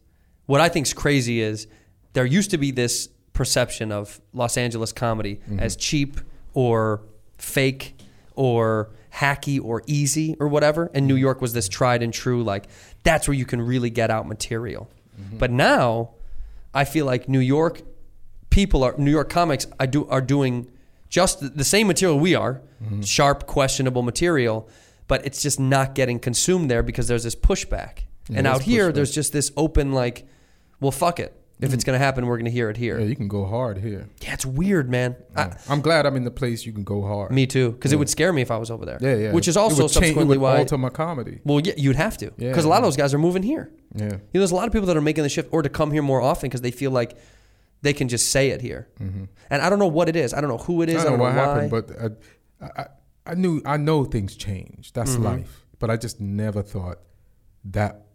what I think's crazy is, there used to be this perception of Los Angeles comedy as cheap or fake or hacky or easy or whatever, and New York was this tried and true like that's where you can really get out material. But now, I feel like New York people are New York comics I do are doing just th- the same material we are,
Mm-hmm.
sharp, questionable material, but it's just not getting consumed there because there's this pushback. and out here, there's just this open like, well, fuck it. If it's gonna happen, we're gonna hear it here.
Mm. Yeah,
Yeah,
you can go hard here.
it's weird, man. I,
I'm glad I'm in the place you can go hard.
me too, because it would scare me if I was over there.
Yeah, yeah.
Which is
It
also
would change-
subsequently
it would
why.
alter my comedy.
well, yeah, you'd have to,
Yeah,
because a lot of
yeah.
those guys are moving here.
Yeah.
You know, there's a lot of people that are making the shift or to come here more often because they feel like they can just say it here. And I don't know what it is. I don't know who it is.
Mm-hmm. I
I
don't know what
why.
happened, but I, I, I knew I know things change. That's
Mm-hmm.
life. But I just never thought that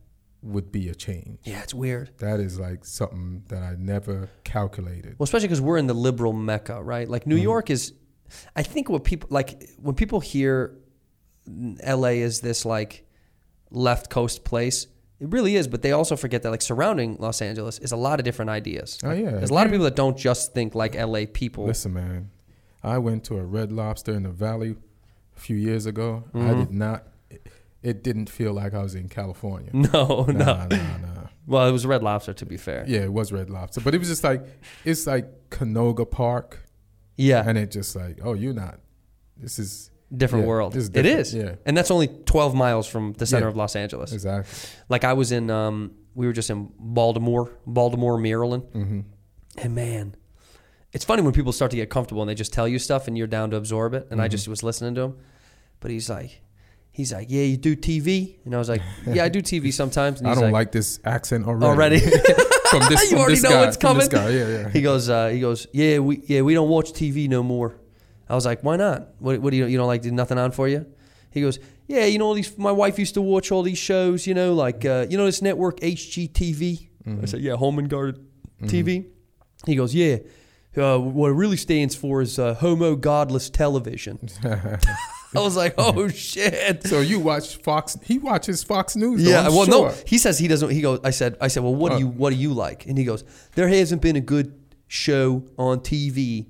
would be a change.
yeah, it's weird.
That is like something that I never calculated.
Well, especially because we're in the liberal mecca, right? Like New
Mm-hmm.
York is, I think what people like when people hear L.A. is this like left coast place. It really is, but they also forget that like surrounding Los Angeles is a lot of different ideas.
Oh,
Like,
yeah.
there's a lot of people that don't just think like L.A. people.
Listen, man, I went to a Red Lobster in the Valley a few years ago. I
Mm-hmm.
did not. It, it didn't feel like I was in California.
No, no.
nah, nah, nah.
Well, it was Red Lobster to be fair.
Yeah, it was Red Lobster, but it was just like it's like Canoga Park,
yeah.
and it just like, oh, you're not. This is
different
yeah,
world.
this is
It
different.
is.
Yeah.
And that's only 12 miles from the center
Yeah.
of Los Angeles.
Exactly.
Like I was in, um, we were just in Baltimore, Baltimore, Maryland. Mm-hmm. And man, it's funny when people start to get comfortable and they just tell you stuff and you're down to absorb it. And I
Mm-hmm.
just was listening to him, but he's like, he's like, yeah, you do TV. And I was like, yeah, I do TV sometimes. And
I
he's
don't like, this accent already.
already.
from this,
you
from
already
this
know
guy,
what's
from
coming.
this guy, Yeah, yeah.
He goes, uh, he goes, yeah, we yeah we don't watch TV no more. I was like, why not? What, what do you you don't like? Did nothing on for you? He goes, yeah, you know all these. My wife used to watch all these shows, you know, like uh, you know this network HGTV.
Mm-hmm.
I said, yeah, Home and Garden TV. He goes, yeah. Uh, what it really stands for is uh, homo godless television. I was like, oh shit.
So you watch Fox? He watches Fox News. though,
Yeah,
I'm
well, no,
sure.
he says he doesn't. He goes. I said, I said, well, what do you, what do you like? And he goes, there hasn't been a good show on TV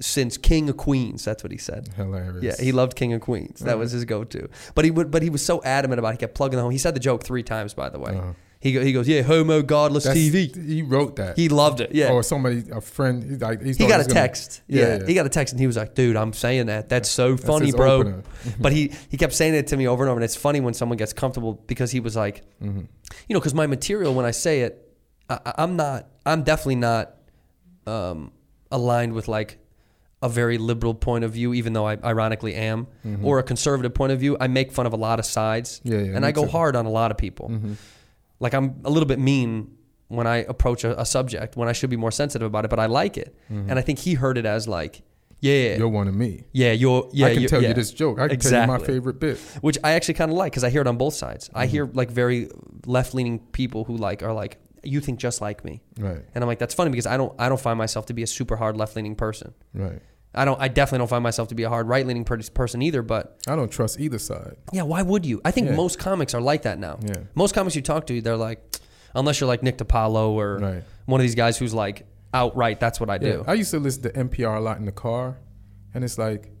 since King of Queens. That's what he said.
Hilarious.
Yeah, he loved King of Queens. That was his go-to. But he would, but he was so adamant about. It, he kept plugging the home. He said the joke three times, by the way. He, go, he goes, yeah, homo godless
Uh-huh. That's-
TV.
He wrote that.
He loved it. Yeah.
Or somebody, a friend. He, like, he,
he
thought
got a
was gonna-
text. yeah, he got a text, and he was like, "Dude, I'm saying that. That's so funny,
his
bro."
opener.
but he he kept saying it to me over and over, and it's funny when someone gets comfortable because he was like,
Mm-hmm.
you know, because my material when I say it, I, I- I'm not, I'm definitely not um, aligned with like a very liberal point of view, even though I ironically am, or a conservative point of view. I make fun of a lot of sides,
Mm-hmm. Yeah, yeah,
and
me
I go
too. Mm-hmm.
hard on a lot of people. Like I'm a little bit mean when I approach a, a subject when I should be more sensitive about it, but I like it,
Mm-hmm.
and I think he heard it as like, yeah,
You're one of me.
yeah, you're, yeah,
I can
you're-
tell
yeah.
you this joke. I can tell you my
Exactly
favorite Mm-hmm. bit.
which I actually kind of like because I hear it on both sides. I hear like very left leaning people who like are like you think just like me,
Right.
And I'm like that's funny because I don't I don't find myself to be a super hard left leaning person.
Right.
I don't I definitely don't find myself to be a hard right leaning person either. But
I don't trust either side.
yeah, why would you? I think
Yeah.
most comics are like that now.
Yeah.
Most comics you talk to, they're like, unless you're like Nick DiPaolo or
Right.
one of these guys who's like outright that's what I do.
I used to listen to NPR a lot in the car, and it's like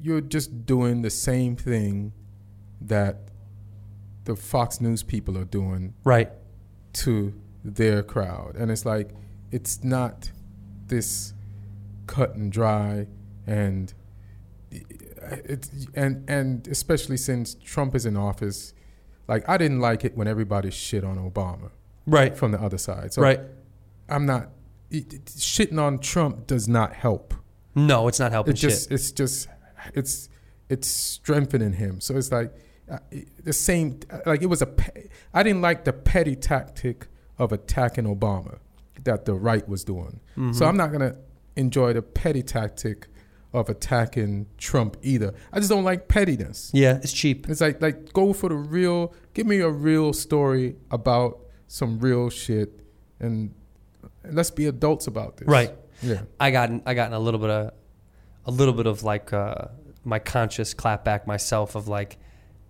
you're just doing the same thing that the Fox News people are doing
right.
to their crowd. And it's like it's not this cut and dry and it's and and especially since Trump is in office, like I didn't like it when everybody shit on Obama
Right.
from the other side. So
Right.
I'm not it- it- shitting on Trump does not help.
No, it's not helping
It just
shit.
it's just it's it's strengthening him. So it's like uh, it- the same uh, like it was a pe- I didn't like the petty tactic of attacking Obama that the right was doing. So I'm not going to enjoy the petty tactic of attacking Trump either. I just don't like pettiness.
Yeah, it's cheap.
It's like like go for the real. Give me a real story about some real shit, and let's be adults about this.
Right.
Yeah.
I got in- I got in a little bit of a little bit of like uh, my conscious clap back myself of like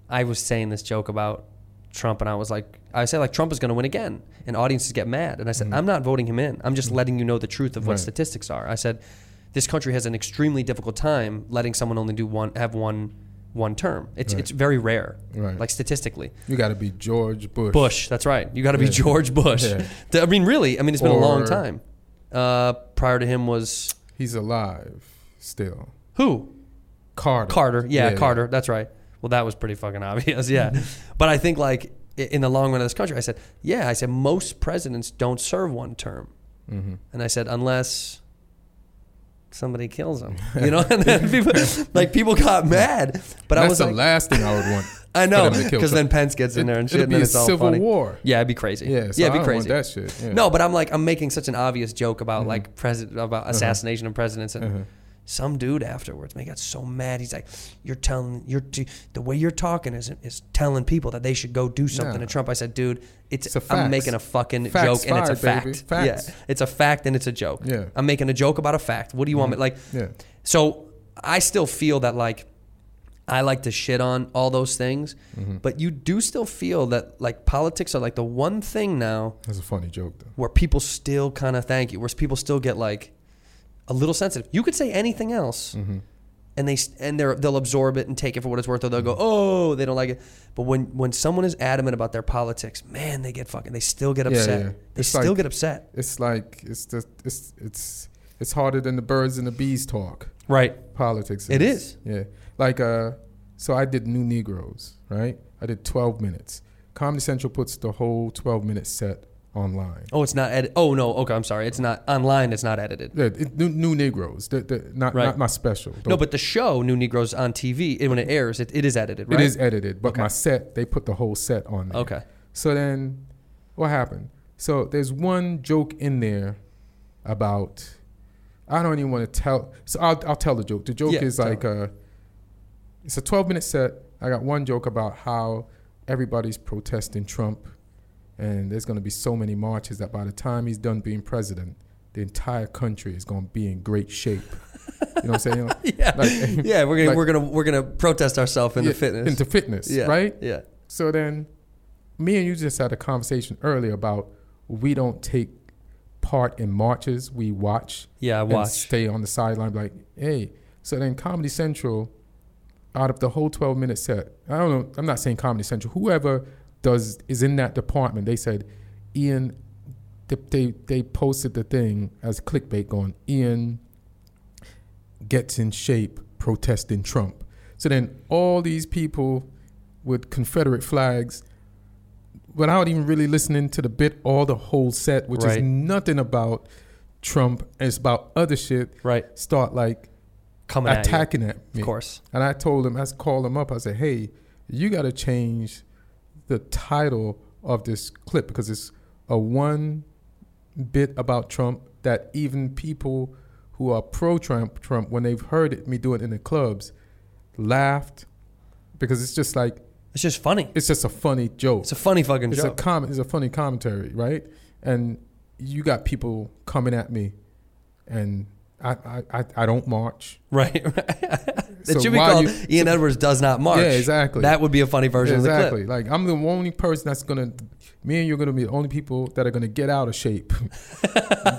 I was saying this joke about Trump and I was like I say like Trump is going to win again and audiences get mad and I said I'm not voting him in I'm just letting you know the truth of what
Mm. Right.
statistics are I said this country has an extremely difficult time letting someone only do one have one one term it's it's very rare
Right.
like statistically
You got to be George Bush.
Bush. That's right. You got to be George Bush.
Yeah.
Th- I mean, really. I mean, it's been a long
Or-
time. Uh, prior to him was
He's alive still.
who?
Carter.
Carter. Yeah, Carter. That's right. Well, that was pretty fucking obvious. Yeah. but I think, like, i- in the long run of this country, I said, yeah, I said, most presidents don't serve one term. And I said, unless somebody kills them. You know? and then people, like, people got mad. But I
That's
was
the
like,
last thing I would want.
I know,
for them to kill
because then
Trump.
Pence gets in
It-
there and
it'll
shit, and
be
then
a
it's all
civil
funny.
war.
Yeah, it'd be crazy.
Yeah, so
yeah, it'd
I
be
don't
crazy.
want that shit, yeah. Mm-hmm.
No, but I'm like, I'm making such an obvious joke about like president
Uh-huh.
about assassination of presidents, and some dude afterwards, man, he got so mad. He's like, "You're telling you're t- the way you're talking is is telling people that they should go do something."
Nah.
And Trump, I said, "Dude, it's,
It's a
I'm
facts.
making a fucking
Facts
joke, and it's a
fired,
fact.
baby. Facts.
Yeah, it's a fact and it's a joke.
Yeah.
I'm making a joke about a fact. What do you want me like?
Mm-hmm. Yeah.
So I still feel that like I like to shit on all those things,
Mm-hmm.
but you do still feel that like politics are like the one thing now
That's a funny joke though.
where people still kind of thank you, where people still get like a little sensitive. You could say anything else,
Mm-hmm.
and they s- and they're, they'll absorb it and take it for what it's worth, or
Mm-hmm.
they'll go, oh, they don't like it. But when when someone is adamant about their politics, man, they get fucking, they still get
yeah,
upset.
yeah.
They
It's
still
like-
get upset.
It's like it's the it's it's it's harder than the birds and the bees talk.
Right.
politics.
It is.
Yeah. Like uh so I did New Negroes, right? I did 12 minutes. Comedy Central puts the whole 12 minute set online.
Oh, it's not edit. Oh no. Okay, I'm sorry. It's not online. It's not edited.
Yeah, it, new, new Negroes, the, the, not
Right.
not my special.
No, but the show New Negroes on TV, it, when it airs, it, it is edited.
it
Right.
is edited, but my set they put the whole set on there.
Okay.
So then what happened? So there's one joke in there about I don't even want to tell. So I'll, I'll tell the joke. The joke
Yeah,
is
tell
like uh, it's a 12 minute set. I got one joke about how everybody's protesting Trump, and there's going to be so many marches that by the time he's done being president, the entire country is going to be in great shape. You know what I'm saying?
Yeah.
Like-
yeah. We're gonna
like-
we're gonna we're gonna protest ourselves into
Yeah,
fitness.
Into fitness,
yeah.
right?
Yeah.
So then, me and you just had a conversation earlier about we don't take part in marches. We watch.
Yeah, I
and
watch.
Stay on the sideline, like hey. So then, Comedy Central, out of the whole twelve minute set, I don't know. I'm not saying Comedy Central. Whoever does is in that department. They said, Ian, they they, they posted the thing as clickbait going, Ian gets in shape protesting Trump. So then all these people with Confederate flags, without even really listening to the bit or the whole set, which
Right.
is nothing about Trump, it's about other shit.
Right.
Start like
Coming at you.
attacking at, me.
Of course.
And I told him, I called him up. I said, "Hey, you got to change the title of this clip because it's a one bit about Trump that even people who are pro Trump, Trump, when they've heard it, me do it in the clubs, laughed because it's just like
It's just funny.
it's just a funny joke.
It's a funny fucking
It's a
joke.
comment. It's a funny commentary, right? And you got people coming at me, and I I, I, I don't march.
right. it
So
should be
why
called
you-
Ian Edwards does not march.
Yeah, exactly.
That would be a funny version
exactly.
of the clip.
Like I'm the only person that's gonna. Me and you're gonna be the only people that are gonna get out of shape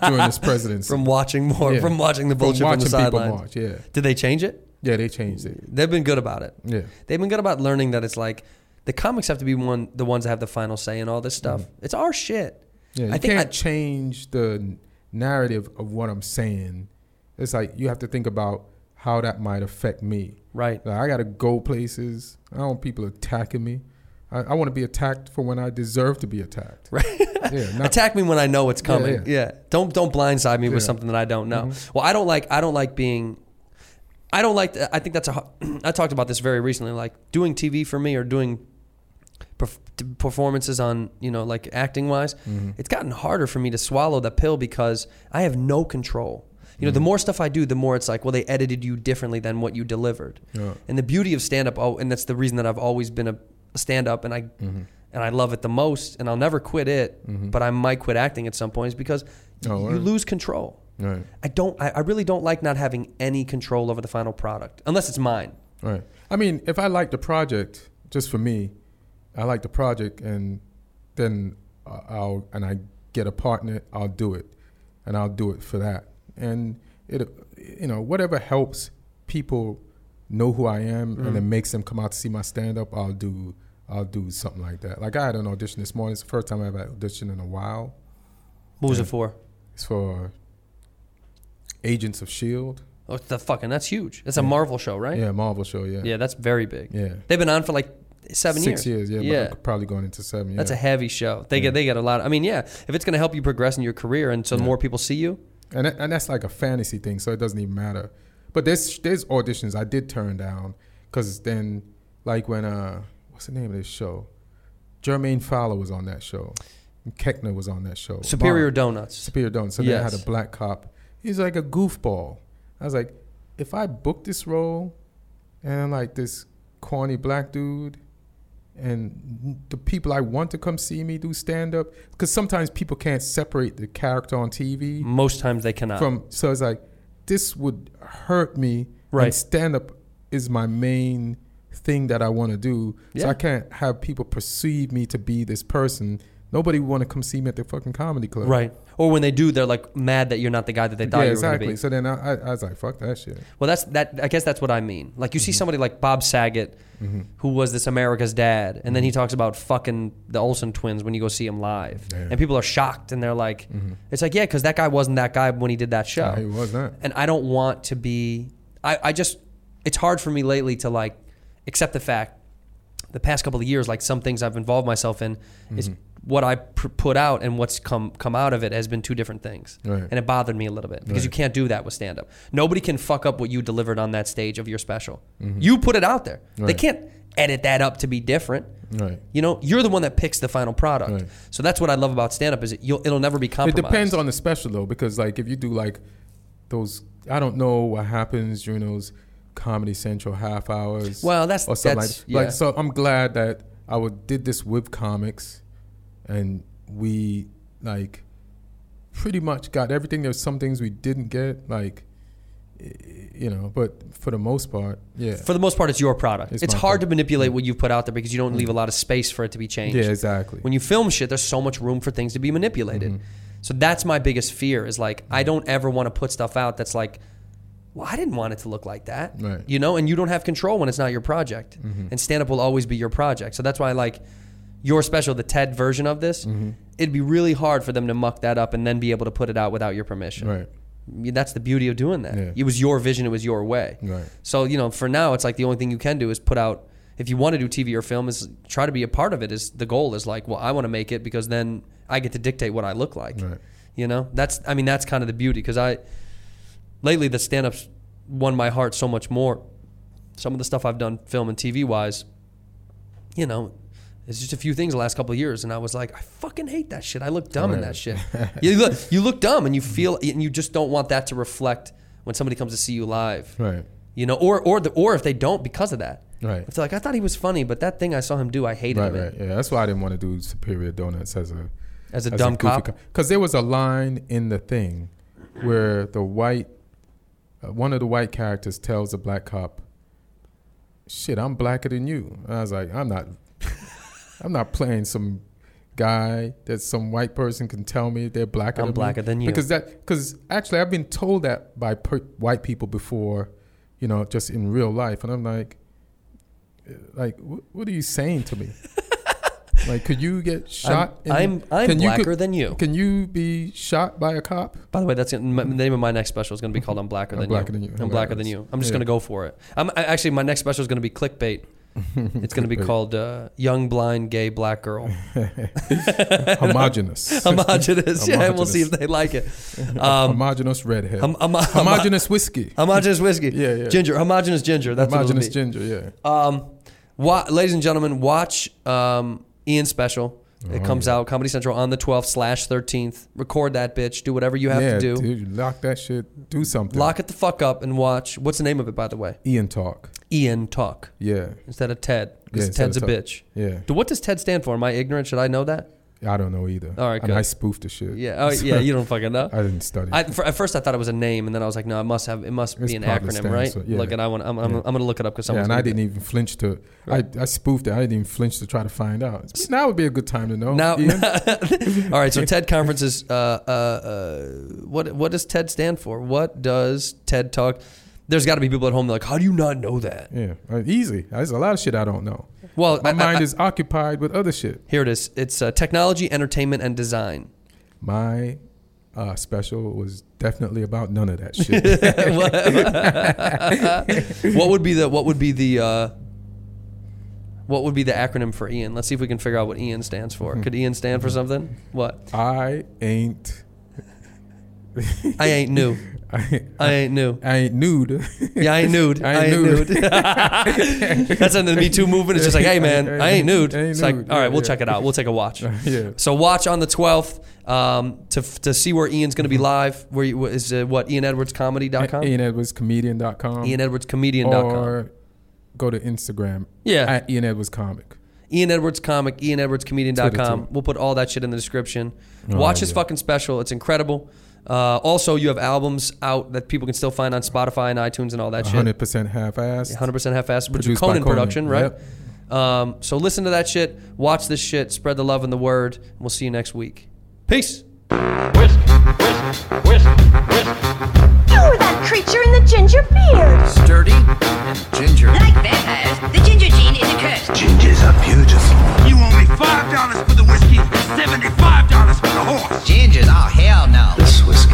during this presidency.
From watching more,
Yeah.
from watching the
From
bullshit from, the
watching people
sidelines.
march, yeah.
Did they change it?
yeah, they changed it.
They've been good about it.
Yeah.
They've been good about learning that it's like the comics have to be one the ones that have the final say in all this stuff. It's our shit.
Mm-hmm. Yeah, you
I think
can't
I-
change the narrative of what I'm saying. It's like you have to think about how that might affect me.
Right.
Like, I gotta go places. I don't want people attacking me. I, I want to be attacked for when I deserve to be attacked. Right. Yeah. Not,
Attack me when I know it's coming. Yeah.
yeah.
Don't don't blindside me with
Yeah. Mm-hmm.
something that I don't know. Well, I don't like I don't like being I don't like I think that's a hu- I talked about this very recently like doing TV for me or doing perf- t- performances on you know like acting wise
Mm-hmm.
it's gotten harder for me to swallow the pill because i have no control you know
Mm-hmm.
the more stuff i do the more it's like well they edited you differently than what you delivered and the beauty of stand up oh and that's the reason that i've always been a stand up and i
Mm-hmm.
and i love it the most and i'll never quit it but i might quit acting at some point is because you
right.
lose control
Oh, Right.
i don't I, I really don't like not having any control over the final product unless it's mine
Right. I mean, if I like the project, just for me, I like the project, and then I- I'll and I get a partner, I'll do it, and I'll do it for that. And it, you know, whatever helps people know who I am,
Mm.
and it makes them come out to see my stand up, I'll do. I'll do something like that. Like I had an audition this morning. It's the first time I've had an audition in a while.
what was it for
It's for Agents of Shield.
oh the fucking that's huge that's a marvel show right
E Yeah, Marvel show. Yeah,
Yeah, that's very big.
Yeah.
they've been on for like seven
six years.
years.
yeah,
yeah.
But probably going into seven. Yeah.
That's a heavy show. They get they get a lot. I mean, yeah, if it's going to help you progress in your career, and so more people see you,
and that, and that's like a fantasy thing, so it doesn't even matter. But there's there's auditions I did turn down because then, like when uh, what's the name of this show? Jermaine Fowler was on that show. Keckner was on that show.
Superior
Bond-
Donuts.
Superior Donuts. So they had
Yes.
a black cop. He's like a goofball. I was like, if I book this role, and I'm like this corny black dude, and the people I want to come see me do stand up, because sometimes people can't separate the character on TV
Most times they cannot.
from so it's like this would hurt me
Right.
and stand up is my main thing that i want to do so
Yeah.
i can't have people perceive me to be this person nobody want to come see me at the fucking comedy club
right. Or when they do, they're like mad that you're not the guy that they thought
uh, yeah
you were
exactly
going to be.
so then I, I, I was like fuck that shit
Well, that's that. I guess that's what I mean. Like you
Mm-hmm.
see somebody like Bob Saget, who was this America's dad, and
Mm-hmm.
then he talks about fucking the Olsen twins when you go see him live, and people are shocked and they're like, it's like yeah, because that guy wasn't that guy when he did that show.
No, Mm-hmm. he was not.
and I don't want to be. I, I just it's hard for me lately to like accept the fact the past couple of years, like some things I've involved myself in, is
Mm-hmm.
what I pr- put out and what's come come out of it has been two different things,
Right.
and it bothered me a little bit because you can't do that with stand up. Nobody can fuck up what you delivered on that stage of your special. You put it out there. They
Mm-hmm. Right.
can't edit that up to be different.
Right.
You know, you're the one that picks the final product.
Right.
So that's what I love about stand up is it, you'll, it'll never be
it
compromised.
depends on the special though because like if you do like those i don't know what happens during those comedy central half hours
Well, that's-
or something
that's-
like, like
yeah.
so i'm glad that i would, did this with comics and we like pretty much got everything there's some things we didn't get like y- you know but for the most part yeah
for the most part, it's your product. It's,
It's my
hard to
product. Mm-hmm.
manipulate what you've put out there because you don't leave a lot of space for it to be changed.
Yeah, exactly.
When you film shit, there's so much room for things to be manipulated.
Mm-hmm.
So that's my biggest fear is like, I don't ever want to put stuff out that's like, well, I didn't want it to look like that.
Right. Mm-hmm.
You know, and you don't have control when it's not your project. And stand up will always be your project. So that's why, like, your special, the TED version of this,
Mm-hmm.
it'd be really hard for them to muck that up and then be able to put it out without your permission.
Right.
Y- That's the beauty of doing that.
Yeah.
It was your vision. It was your way.
Right.
So you know, for now, it's like the only thing you can do is put out. If you want to do TV or film, is try to be a part of it. Is the goal is like, well, I want to make it because then I get to dictate what I look like.
Right.
You know, that's I mean that's kind of the beauty because I lately the stand ups won my heart so much more. Some of the stuff I've done film and TV wise, you know, it's just a few things the last couple of years, and I was like, I fucking hate that shit. I look dumb in that shit. you look you look dumb, and you feel and you just don't want that to reflect when somebody comes to see you live.
Right.
You know, or or the or if they don't because of that.
Right.
If they're like, I thought he was funny, but that thing I saw him do, I hated
Right,
him. in."
right. Yeah, that's why I didn't want to do Superior Donuts as a
As a dumb cop?
Because there was a line in the thing where the white, uh, one of the white characters tells the black cop, "Shit, I'm blacker than you." And I was like, "I'm not, I'm not playing some guy that some white person can tell me they're blacker.
I'm
than me."
blacker than you.
Because that, because actually, I've been told that by per- white people before, you know, just in real life, and I'm like, like what, what are you saying to me like could you get shot
I'm- I'm
can
blacker than you.
can you be shot by a cop
By the way, that's gonna, my, the name of my next special is going to be called "I'm Blacker
I'm
Than
Blacker
You."
Than You.
I'm blacker than you. I'm just going to go for it. I'm I, actually my next special is going to be clickbait. It's going to be called uh, "Young Blind Gay Black Girl."
homogenous
Homogenous, yeah. We'll see if
Homogenous.
they like it. Um,
homogenous redhead
hom- hom-
homogenous whiskey
homogenous whiskey.
Yeah, yeah.
Ginger. Homogenous ginger. That's
homogenous
ginger.
ginger yeah
Um, wa- ladies and gentlemen, watch um, Ian's special. It
Oh,
comes out Comedy Central on the 12th slash 13th. Record that bitch. Do whatever you have
yeah
to do.
dude lock that shit do something
Lock it the fuck up and watch. What's the name of it, by the way?
Ian talk
Ian Talk
yeah
instead of Ted
Yeah,
because
instead
Ted's a
of Ted.
bitch.
Yeah.
Dude, what does Ted stand for? Am I ignorant? Should I know that?
I don't know either
All right,
and
good.
I spoofed the shit
Yeah. Oh, yeah. You don't fucking know.
Uh, I didn't study
I, for, at first, I thought it was a name, and then I was like, no, it must have. It must
It's
be an
probably
acronym,
stands
right?
for- yeah.
Look, and I want. I'm, I'm, I'm gonna look it up because
yeah,
someone's.
and I
gonna-
didn't even flinch to. I, I spoofed it. I didn't even flinch to try to find out. Now would be a good time to know.
Now,
Ian.
all right. So TED conference is uh, uh, uh, what? What does TED stand for? What does TED Talk? There's got to be people at home that are like, how do you not know that?
Yeah, uh, easy. There's a lot of shit I don't know.
Well,
my
I- I-
mind
I-
is occupied with other shit.
Here it is. It's uh, technology, entertainment, and design.
My uh, special was definitely about none of that shit.
what would be the what would be the uh, what would be the acronym for Ian? Let's see if we can figure out what Ian stands
Hmm.
for. Could Ian stand for something? What?
I ain't.
I ain't new.
I,
I ain't new.
I ain't nude.
Yeah, I ain't nude.
I
I
ain't
ain't,
nude.
nude. That's in the Me Too movement. It's just like, hey man, I ain't nude.
I ain't
it's
nude.
like, all right, we'll
Yeah,
check it out. We'll take a watch.
Yeah.
So watch on the twelfth um, to to see where Ian's going to be live. Where you, is uh, what IanEdwardsComedy.com?
Mm-hmm. Ian Edwards comedian.com.
IanEdwardsComedian.com.
or go to Instagram.
Yeah.
At Ian Edwards comic.
Ian Edwards comic, Ian Edwards
Twitter, too. Oh,
comedian.com. We'll put all that shit in the description. Watch his
yeah.
fucking special. It's incredible. Uh, also, you have albums out that people can still find on Spotify and iTunes and all that shit.
100% half assed.
100% half assed, which is
Produced by
Conan,
Conan,
production, right?
yep.
Um, so listen to that shit, watch this shit, spread the love and the word, and we'll see you next week. Peace.
Whisk, whisk, whisk, whisk.
You were that creature in the ginger beard.
Sturdy, ginger.
Like vampires, the ginger gene is a curse.
Gingers are beautiful.
You owe me $5 for the whiskey and $75 for the horse.
Gingers, oh hell no.
This whiskey